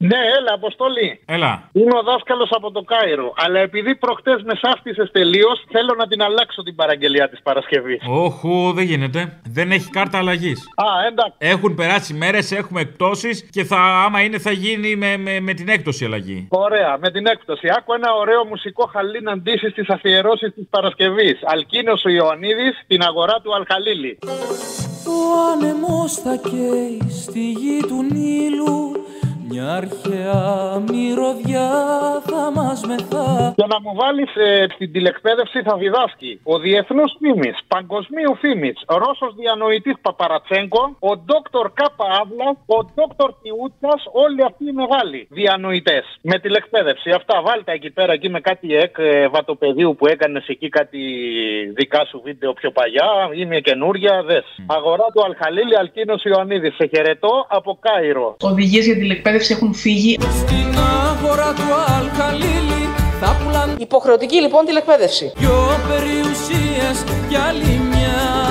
S1: Ναι, έλα, Αποστολή.
S2: Έλα.
S1: Είμαι ο δάσκαλος από το Κάιρο. Αλλά επειδή προχτές με σάφτισες τελείως, θέλω να την αλλάξω την παραγγελία της Παρασκευής.
S2: Όχου, δεν γίνεται. Δεν έχει κάρτα αλλαγής.
S1: Α, εντάξει.
S2: Έχουν περάσει μέρες, έχουμε εκπτώσεις και θα, άμα είναι θα γίνει με, με, με την έκπτωση η αλλαγή.
S1: Ωραία, με την έκπτωση. Άκου ένα ωραίο μουσικό χαλί να ντύσεις στι αφιερώσεις της Παρασκευής. Αλκίνος ο Ιωαννίδης στην αγορά του Αλχαλίλη.
S13: Ο άνεμος θα καίει στη γη του Νείλου
S1: Μια αρχαία μυρωδιά θα μας μεθά. Για να μου βάλεις στην τηλεκπαίδευση θα διδάσκει ο διεθνούς φήμης, παγκοσμίου φήμης, Ρώσος διανοητής Παπαρατσέγκο, ο ντόκτορ Κάπα Αύλα, ο ντόκτορ Τιούτσα, όλοι αυτοί οι μεγάλοι διανοητές. Με τηλεκπαίδευση. Αυτά βάλτε εκεί πέρα, εκεί με κάτι εκ ε, βατοπεδίου που έκανες εκεί κάτι δικά σου βίντεο πιο παλιά. Είναι καινούρια, δες. Αγορά του Αλχαλίλη Αλκίνος Ιωαννίδης. Σε χαιρετώ από Κάιρο.
S13: Οδηγίες για τηλεκπαίδευση
S19: εκπαίδευση έχουν φύγει.
S13: Στην άγορα του Αλκαλίλη θα πουλάνε
S19: Υποχρεωτική λοιπόν τηλεκπαίδευση.
S13: δυο περιουσίες κι άλλη